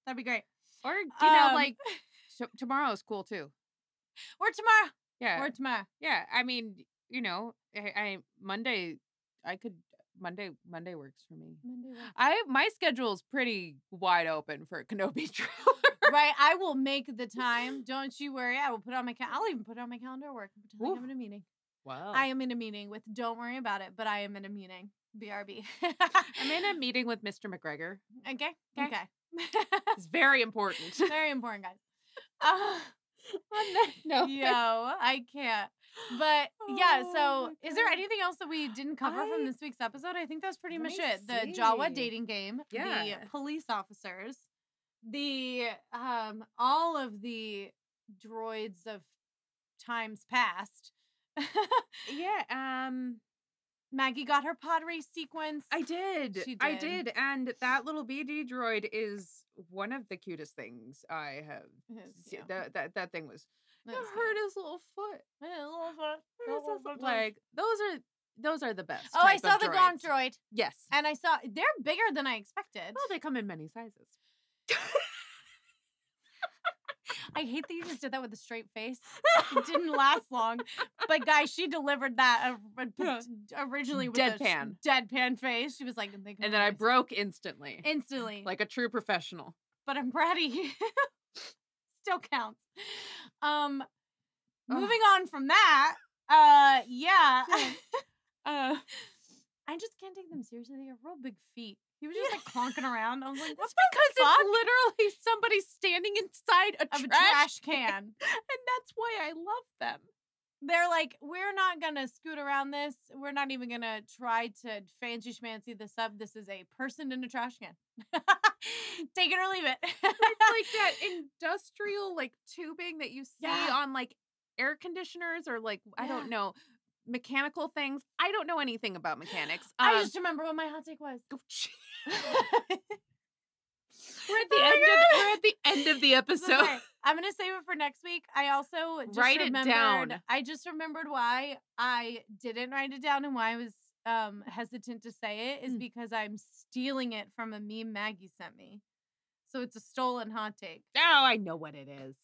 Speaker 6: that'd be great.
Speaker 7: Or you know,
Speaker 6: Um,
Speaker 7: like t- tomorrow is cool too.
Speaker 6: Or tomorrow.
Speaker 7: Yeah,
Speaker 6: Or tomorrow.
Speaker 7: yeah. I mean, you know, I, I Monday, I could Monday. Monday works for me.
Speaker 6: Monday works.
Speaker 7: I my schedule's pretty wide open for a Kenobi trailer.
Speaker 6: right? I will make the time. Don't you worry. I will put it on my cal- I'll even put it on my calendar at work. and pretend like I'm
Speaker 7: Oof. Oh.
Speaker 6: in a meeting.
Speaker 7: Wow.
Speaker 6: I am in a meeting with don't worry about it, but I am in a meeting. BRB.
Speaker 7: I'm in a meeting with Mr. McGregor.
Speaker 6: Okay.
Speaker 7: Okay.
Speaker 6: Okay.
Speaker 7: It's very important.
Speaker 6: Very important, guys. Uh,
Speaker 7: Oh, no.
Speaker 6: Yo, I can't. But yeah, so
Speaker 7: Oh my
Speaker 6: is there
Speaker 7: God.
Speaker 6: anything else that we didn't cover from
Speaker 7: I-
Speaker 6: this week's episode? I think that's pretty
Speaker 7: Let
Speaker 6: much
Speaker 7: me
Speaker 6: it. The Jawa
Speaker 7: see.
Speaker 6: dating game,
Speaker 7: Yeah.
Speaker 6: the police officers, the um all of the droids of times past.
Speaker 7: Yeah. Um.
Speaker 6: Maggie got her pottery sequence.
Speaker 7: I did.
Speaker 6: She
Speaker 7: I
Speaker 6: did.
Speaker 7: did. And that little BD droid is one of the cutest things I have.
Speaker 6: It's
Speaker 7: se-
Speaker 6: cute.
Speaker 7: That, that that thing was.
Speaker 6: That's
Speaker 7: It
Speaker 6: cute.
Speaker 7: hurt his little foot.
Speaker 6: Yeah, a little fun-
Speaker 7: It
Speaker 6: little
Speaker 7: was
Speaker 6: fun-
Speaker 7: just like those are those are the best.
Speaker 6: Oh, I
Speaker 7: type
Speaker 6: saw
Speaker 7: of
Speaker 6: the gong
Speaker 7: droids.
Speaker 6: droid.
Speaker 7: Yes.
Speaker 6: And I saw they're bigger than I expected.
Speaker 7: Well, they come in many sizes.
Speaker 6: I hate that you just did that with a straight face. It didn't last long, but guys, she delivered that or- or-
Speaker 7: Yeah.
Speaker 6: originally with a s-
Speaker 7: Deadpan.
Speaker 6: deadpan face. She was like, "They come
Speaker 7: And then I
Speaker 6: in
Speaker 7: broke instantly,
Speaker 6: instantly."
Speaker 7: like a true professional.
Speaker 6: but I'm proud of you. Still counts. Um,
Speaker 7: Ugh.
Speaker 6: moving on from that. Uh, yeah,
Speaker 7: Yeah. Uh,
Speaker 6: I just can't take them seriously. They have real big feet. He was just like clonking around. I was like, "What
Speaker 7: that's because it's literally somebody standing inside a,
Speaker 6: of a
Speaker 7: trash,
Speaker 6: trash can?"
Speaker 7: and that's why I love them.
Speaker 6: they're like, we're not gonna scoot around this. We're not even gonna try to fancy schmancy this up. This is a person in a trash can. Take it or leave it.
Speaker 7: like that industrial like tubing that you see
Speaker 6: Yeah.
Speaker 7: on like air conditioners or like I
Speaker 6: Yeah.
Speaker 7: don't know mechanical things. I don't know anything about mechanics.
Speaker 6: I
Speaker 7: Um,
Speaker 6: just remember what my hot take was.
Speaker 7: go ch-
Speaker 6: we're at
Speaker 7: the end of the- we're at the end of the episode.
Speaker 6: I'm gonna save it for next week. I also just
Speaker 7: Write it
Speaker 6: remembered-
Speaker 7: down.
Speaker 6: I just remembered why I didn't write it down and why I was um, hesitant to say it is
Speaker 7: Mm.
Speaker 6: because I'm stealing it from a meme Maggie sent me. So it's a stolen hot take.
Speaker 7: Now Oh, I know what it is.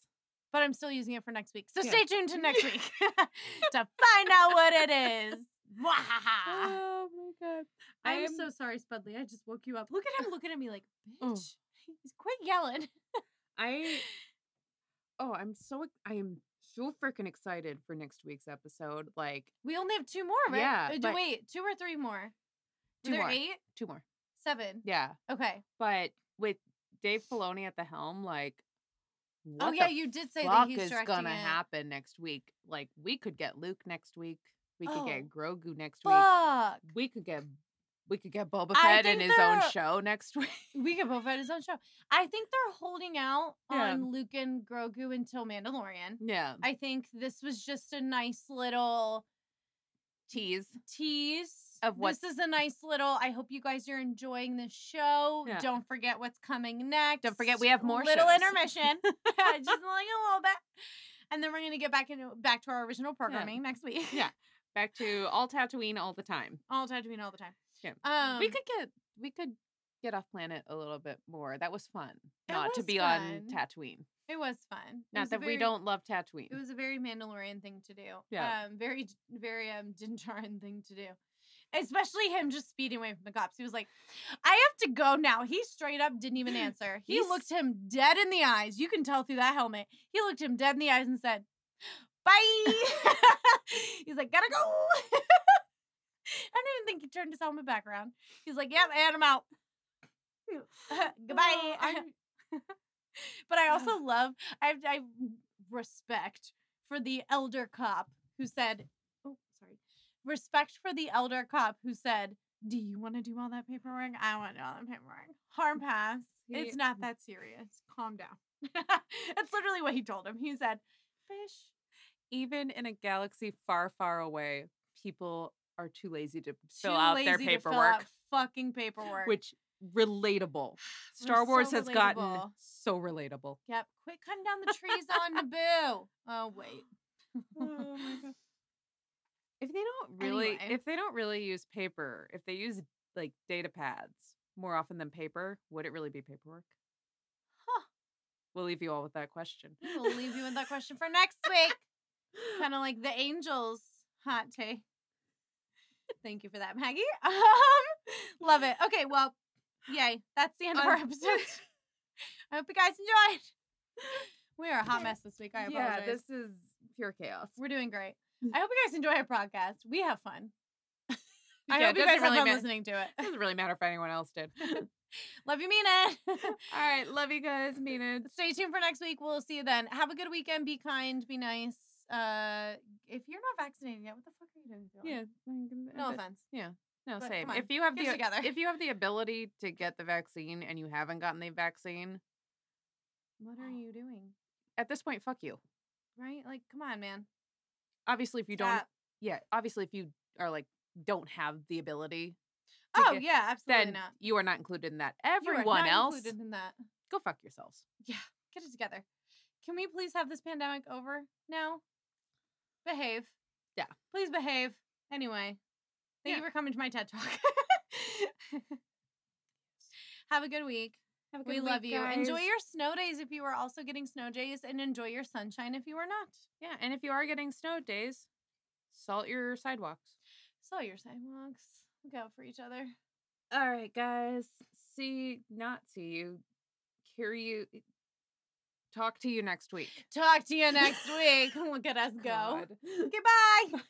Speaker 6: but I'm still using it for next week. So
Speaker 7: Yeah.
Speaker 6: stay tuned to next week to find out what it is. Mwahaha.
Speaker 7: Oh my god.
Speaker 6: I am so sorry, Spudley. I just woke you up. Look at him looking at me like,
Speaker 7: Oh.
Speaker 6: bitch. He's quit yelling.
Speaker 7: I Oh, I'm so ex- I am so freaking excited for next week's episode. Like
Speaker 6: We only have two more, right?
Speaker 7: Yeah,
Speaker 6: Uh, d-
Speaker 7: but-
Speaker 6: Wait, two or three more? Were
Speaker 7: Two
Speaker 6: there
Speaker 7: more.
Speaker 6: eight?
Speaker 7: two more.
Speaker 6: Seven.
Speaker 7: Yeah.
Speaker 6: Okay.
Speaker 7: But with Dave Filoni at the helm, like what
Speaker 6: oh,
Speaker 7: the
Speaker 6: yeah, you did say that
Speaker 7: fuck
Speaker 6: he's
Speaker 7: is
Speaker 6: directing
Speaker 7: gonna
Speaker 6: it.
Speaker 7: happen next week? Like we could get Luke next week. We could
Speaker 6: Oh.
Speaker 7: get Grogu next week.
Speaker 6: Fuck.
Speaker 7: We could get we could get Boba
Speaker 6: I
Speaker 7: Fett in
Speaker 6: think
Speaker 7: his own
Speaker 6: they're-
Speaker 7: show next week.
Speaker 6: We could both have his own show. I think they're holding out
Speaker 7: Yeah. Mm.
Speaker 6: on Luke and Grogu until Mandalorian.
Speaker 7: yeah,
Speaker 6: I think this was just a nice little
Speaker 7: tease.
Speaker 6: tease
Speaker 7: Of what-
Speaker 6: This is a nice little. I hope you guys are enjoying the show.
Speaker 7: Yeah.
Speaker 6: Don't forget what's coming next.
Speaker 7: forget we have more
Speaker 6: little
Speaker 7: shows.
Speaker 6: intermission, just like a little bit, and then we're gonna get back into back to our original programming next week.
Speaker 7: Yeah. Back to all Tatooine all the time.
Speaker 6: all Tatooine all the time.
Speaker 7: Yeah.
Speaker 6: um,
Speaker 7: we could get we could get off planet a little bit more. That was fun.
Speaker 6: It
Speaker 7: Not to
Speaker 6: was
Speaker 7: be
Speaker 6: fun.
Speaker 7: on Tatooine.
Speaker 6: It was fun. It was
Speaker 7: Not
Speaker 6: a
Speaker 7: that we
Speaker 6: very-
Speaker 7: don't love Tatooine.
Speaker 6: It was a very Mandalorian thing to do.
Speaker 7: Yeah.
Speaker 6: um, very J- very um Din Djarin thing to do. Especially him just speeding away from the cops. He was like, I have to go now. He straight up didn't even answer. He
Speaker 7: He's-
Speaker 6: looked him dead in the eyes. You can tell through that helmet. He looked him dead in the eyes and said, Bye. He's like, Gotta go. I don't even think he turned his helmet back around. He's like, "Yep, and I'm out. Goodbye."
Speaker 7: Oh, I'm-
Speaker 6: but I also love I I respect for the elder cop who said, "Oh, sorry." Respect for the elder cop who said, "Do you want to do all that paperwork? I want to do all that paperwork. Harm pass. It's
Speaker 7: He-
Speaker 6: not that serious. Calm down." That's literally what he told him. He said, "Fish."
Speaker 7: even in a galaxy far, far away, people are too lazy to fill
Speaker 6: too
Speaker 7: out their
Speaker 6: lazy to fill
Speaker 7: paperwork,
Speaker 6: out fucking paperwork.
Speaker 7: which relatable. Star Wars
Speaker 6: so
Speaker 7: has gotten
Speaker 6: relatable.
Speaker 7: so relatable.
Speaker 6: Yep. Quit cutting down the trees on Naboo. Oh wait.
Speaker 7: If they don't really,
Speaker 6: Anyway.
Speaker 7: if they don't really use paper, if they use like data pads more often than paper, would it really be paperwork?
Speaker 6: Huh.
Speaker 7: We'll leave you all with that question.
Speaker 6: We'll leave you with that question for next week. kind of like the angels hot take. Thank you for that, Maggie. Um, love it. Okay, well, yay. That's the end of our
Speaker 7: Um,
Speaker 6: episode. I hope you guys enjoyed. We are a hot mess this week. I apologize.
Speaker 7: yeah, this is pure chaos.
Speaker 6: We're doing great. I hope you guys enjoy our podcast. We have fun. I
Speaker 7: Yeah,
Speaker 6: hope
Speaker 7: it
Speaker 6: you
Speaker 7: doesn't
Speaker 6: guys have
Speaker 7: really
Speaker 6: fun
Speaker 7: ma-
Speaker 6: listening to it.
Speaker 7: Doesn't really matter if anyone else did.
Speaker 6: Love you, mean it.
Speaker 7: All right, love you guys, Mina.
Speaker 6: Stay tuned for next week. We'll see you then. Have a good weekend. Be kind. Be nice. Uh, if you're not vaccinated yet, what the fuck are you doing?
Speaker 7: Yeah.
Speaker 6: No offense.
Speaker 7: No,
Speaker 6: But
Speaker 7: same.
Speaker 6: come
Speaker 7: If
Speaker 6: on,
Speaker 7: you have
Speaker 6: get
Speaker 7: the
Speaker 6: it together.
Speaker 7: if you have the ability to get the vaccine and you haven't gotten the vaccine,
Speaker 6: What are you doing?
Speaker 7: at this point, fuck you.
Speaker 6: Right? Like, come on, man.
Speaker 7: Obviously, if you don't,
Speaker 6: Stop.
Speaker 7: yeah. Obviously, if you are like don't have the ability, to
Speaker 6: Oh
Speaker 7: get-
Speaker 6: yeah, absolutely
Speaker 7: then
Speaker 6: not.
Speaker 7: you are not included in that.
Speaker 6: You are
Speaker 7: Everyone
Speaker 6: not
Speaker 7: else,
Speaker 6: included in that.
Speaker 7: go fuck yourselves.
Speaker 6: Get it together. Can we please have this pandemic over now? Behave.
Speaker 7: Yeah.
Speaker 6: Please behave. Anyway, thank you for
Speaker 7: Yeah.
Speaker 6: coming to my TED talk. have a good week.
Speaker 7: Have a
Speaker 6: we love you. Enjoy your snow days if you are also getting snow days, and enjoy your sunshine if you are not.
Speaker 7: yeah. And if you are getting snow days, salt your sidewalks.
Speaker 6: Saw your sidewalks. Look out for each other.
Speaker 7: All right, guys. See, not see you, hear you, talk to you next week.
Speaker 6: Talk to you next week. Look at us go.
Speaker 7: God.
Speaker 6: Goodbye.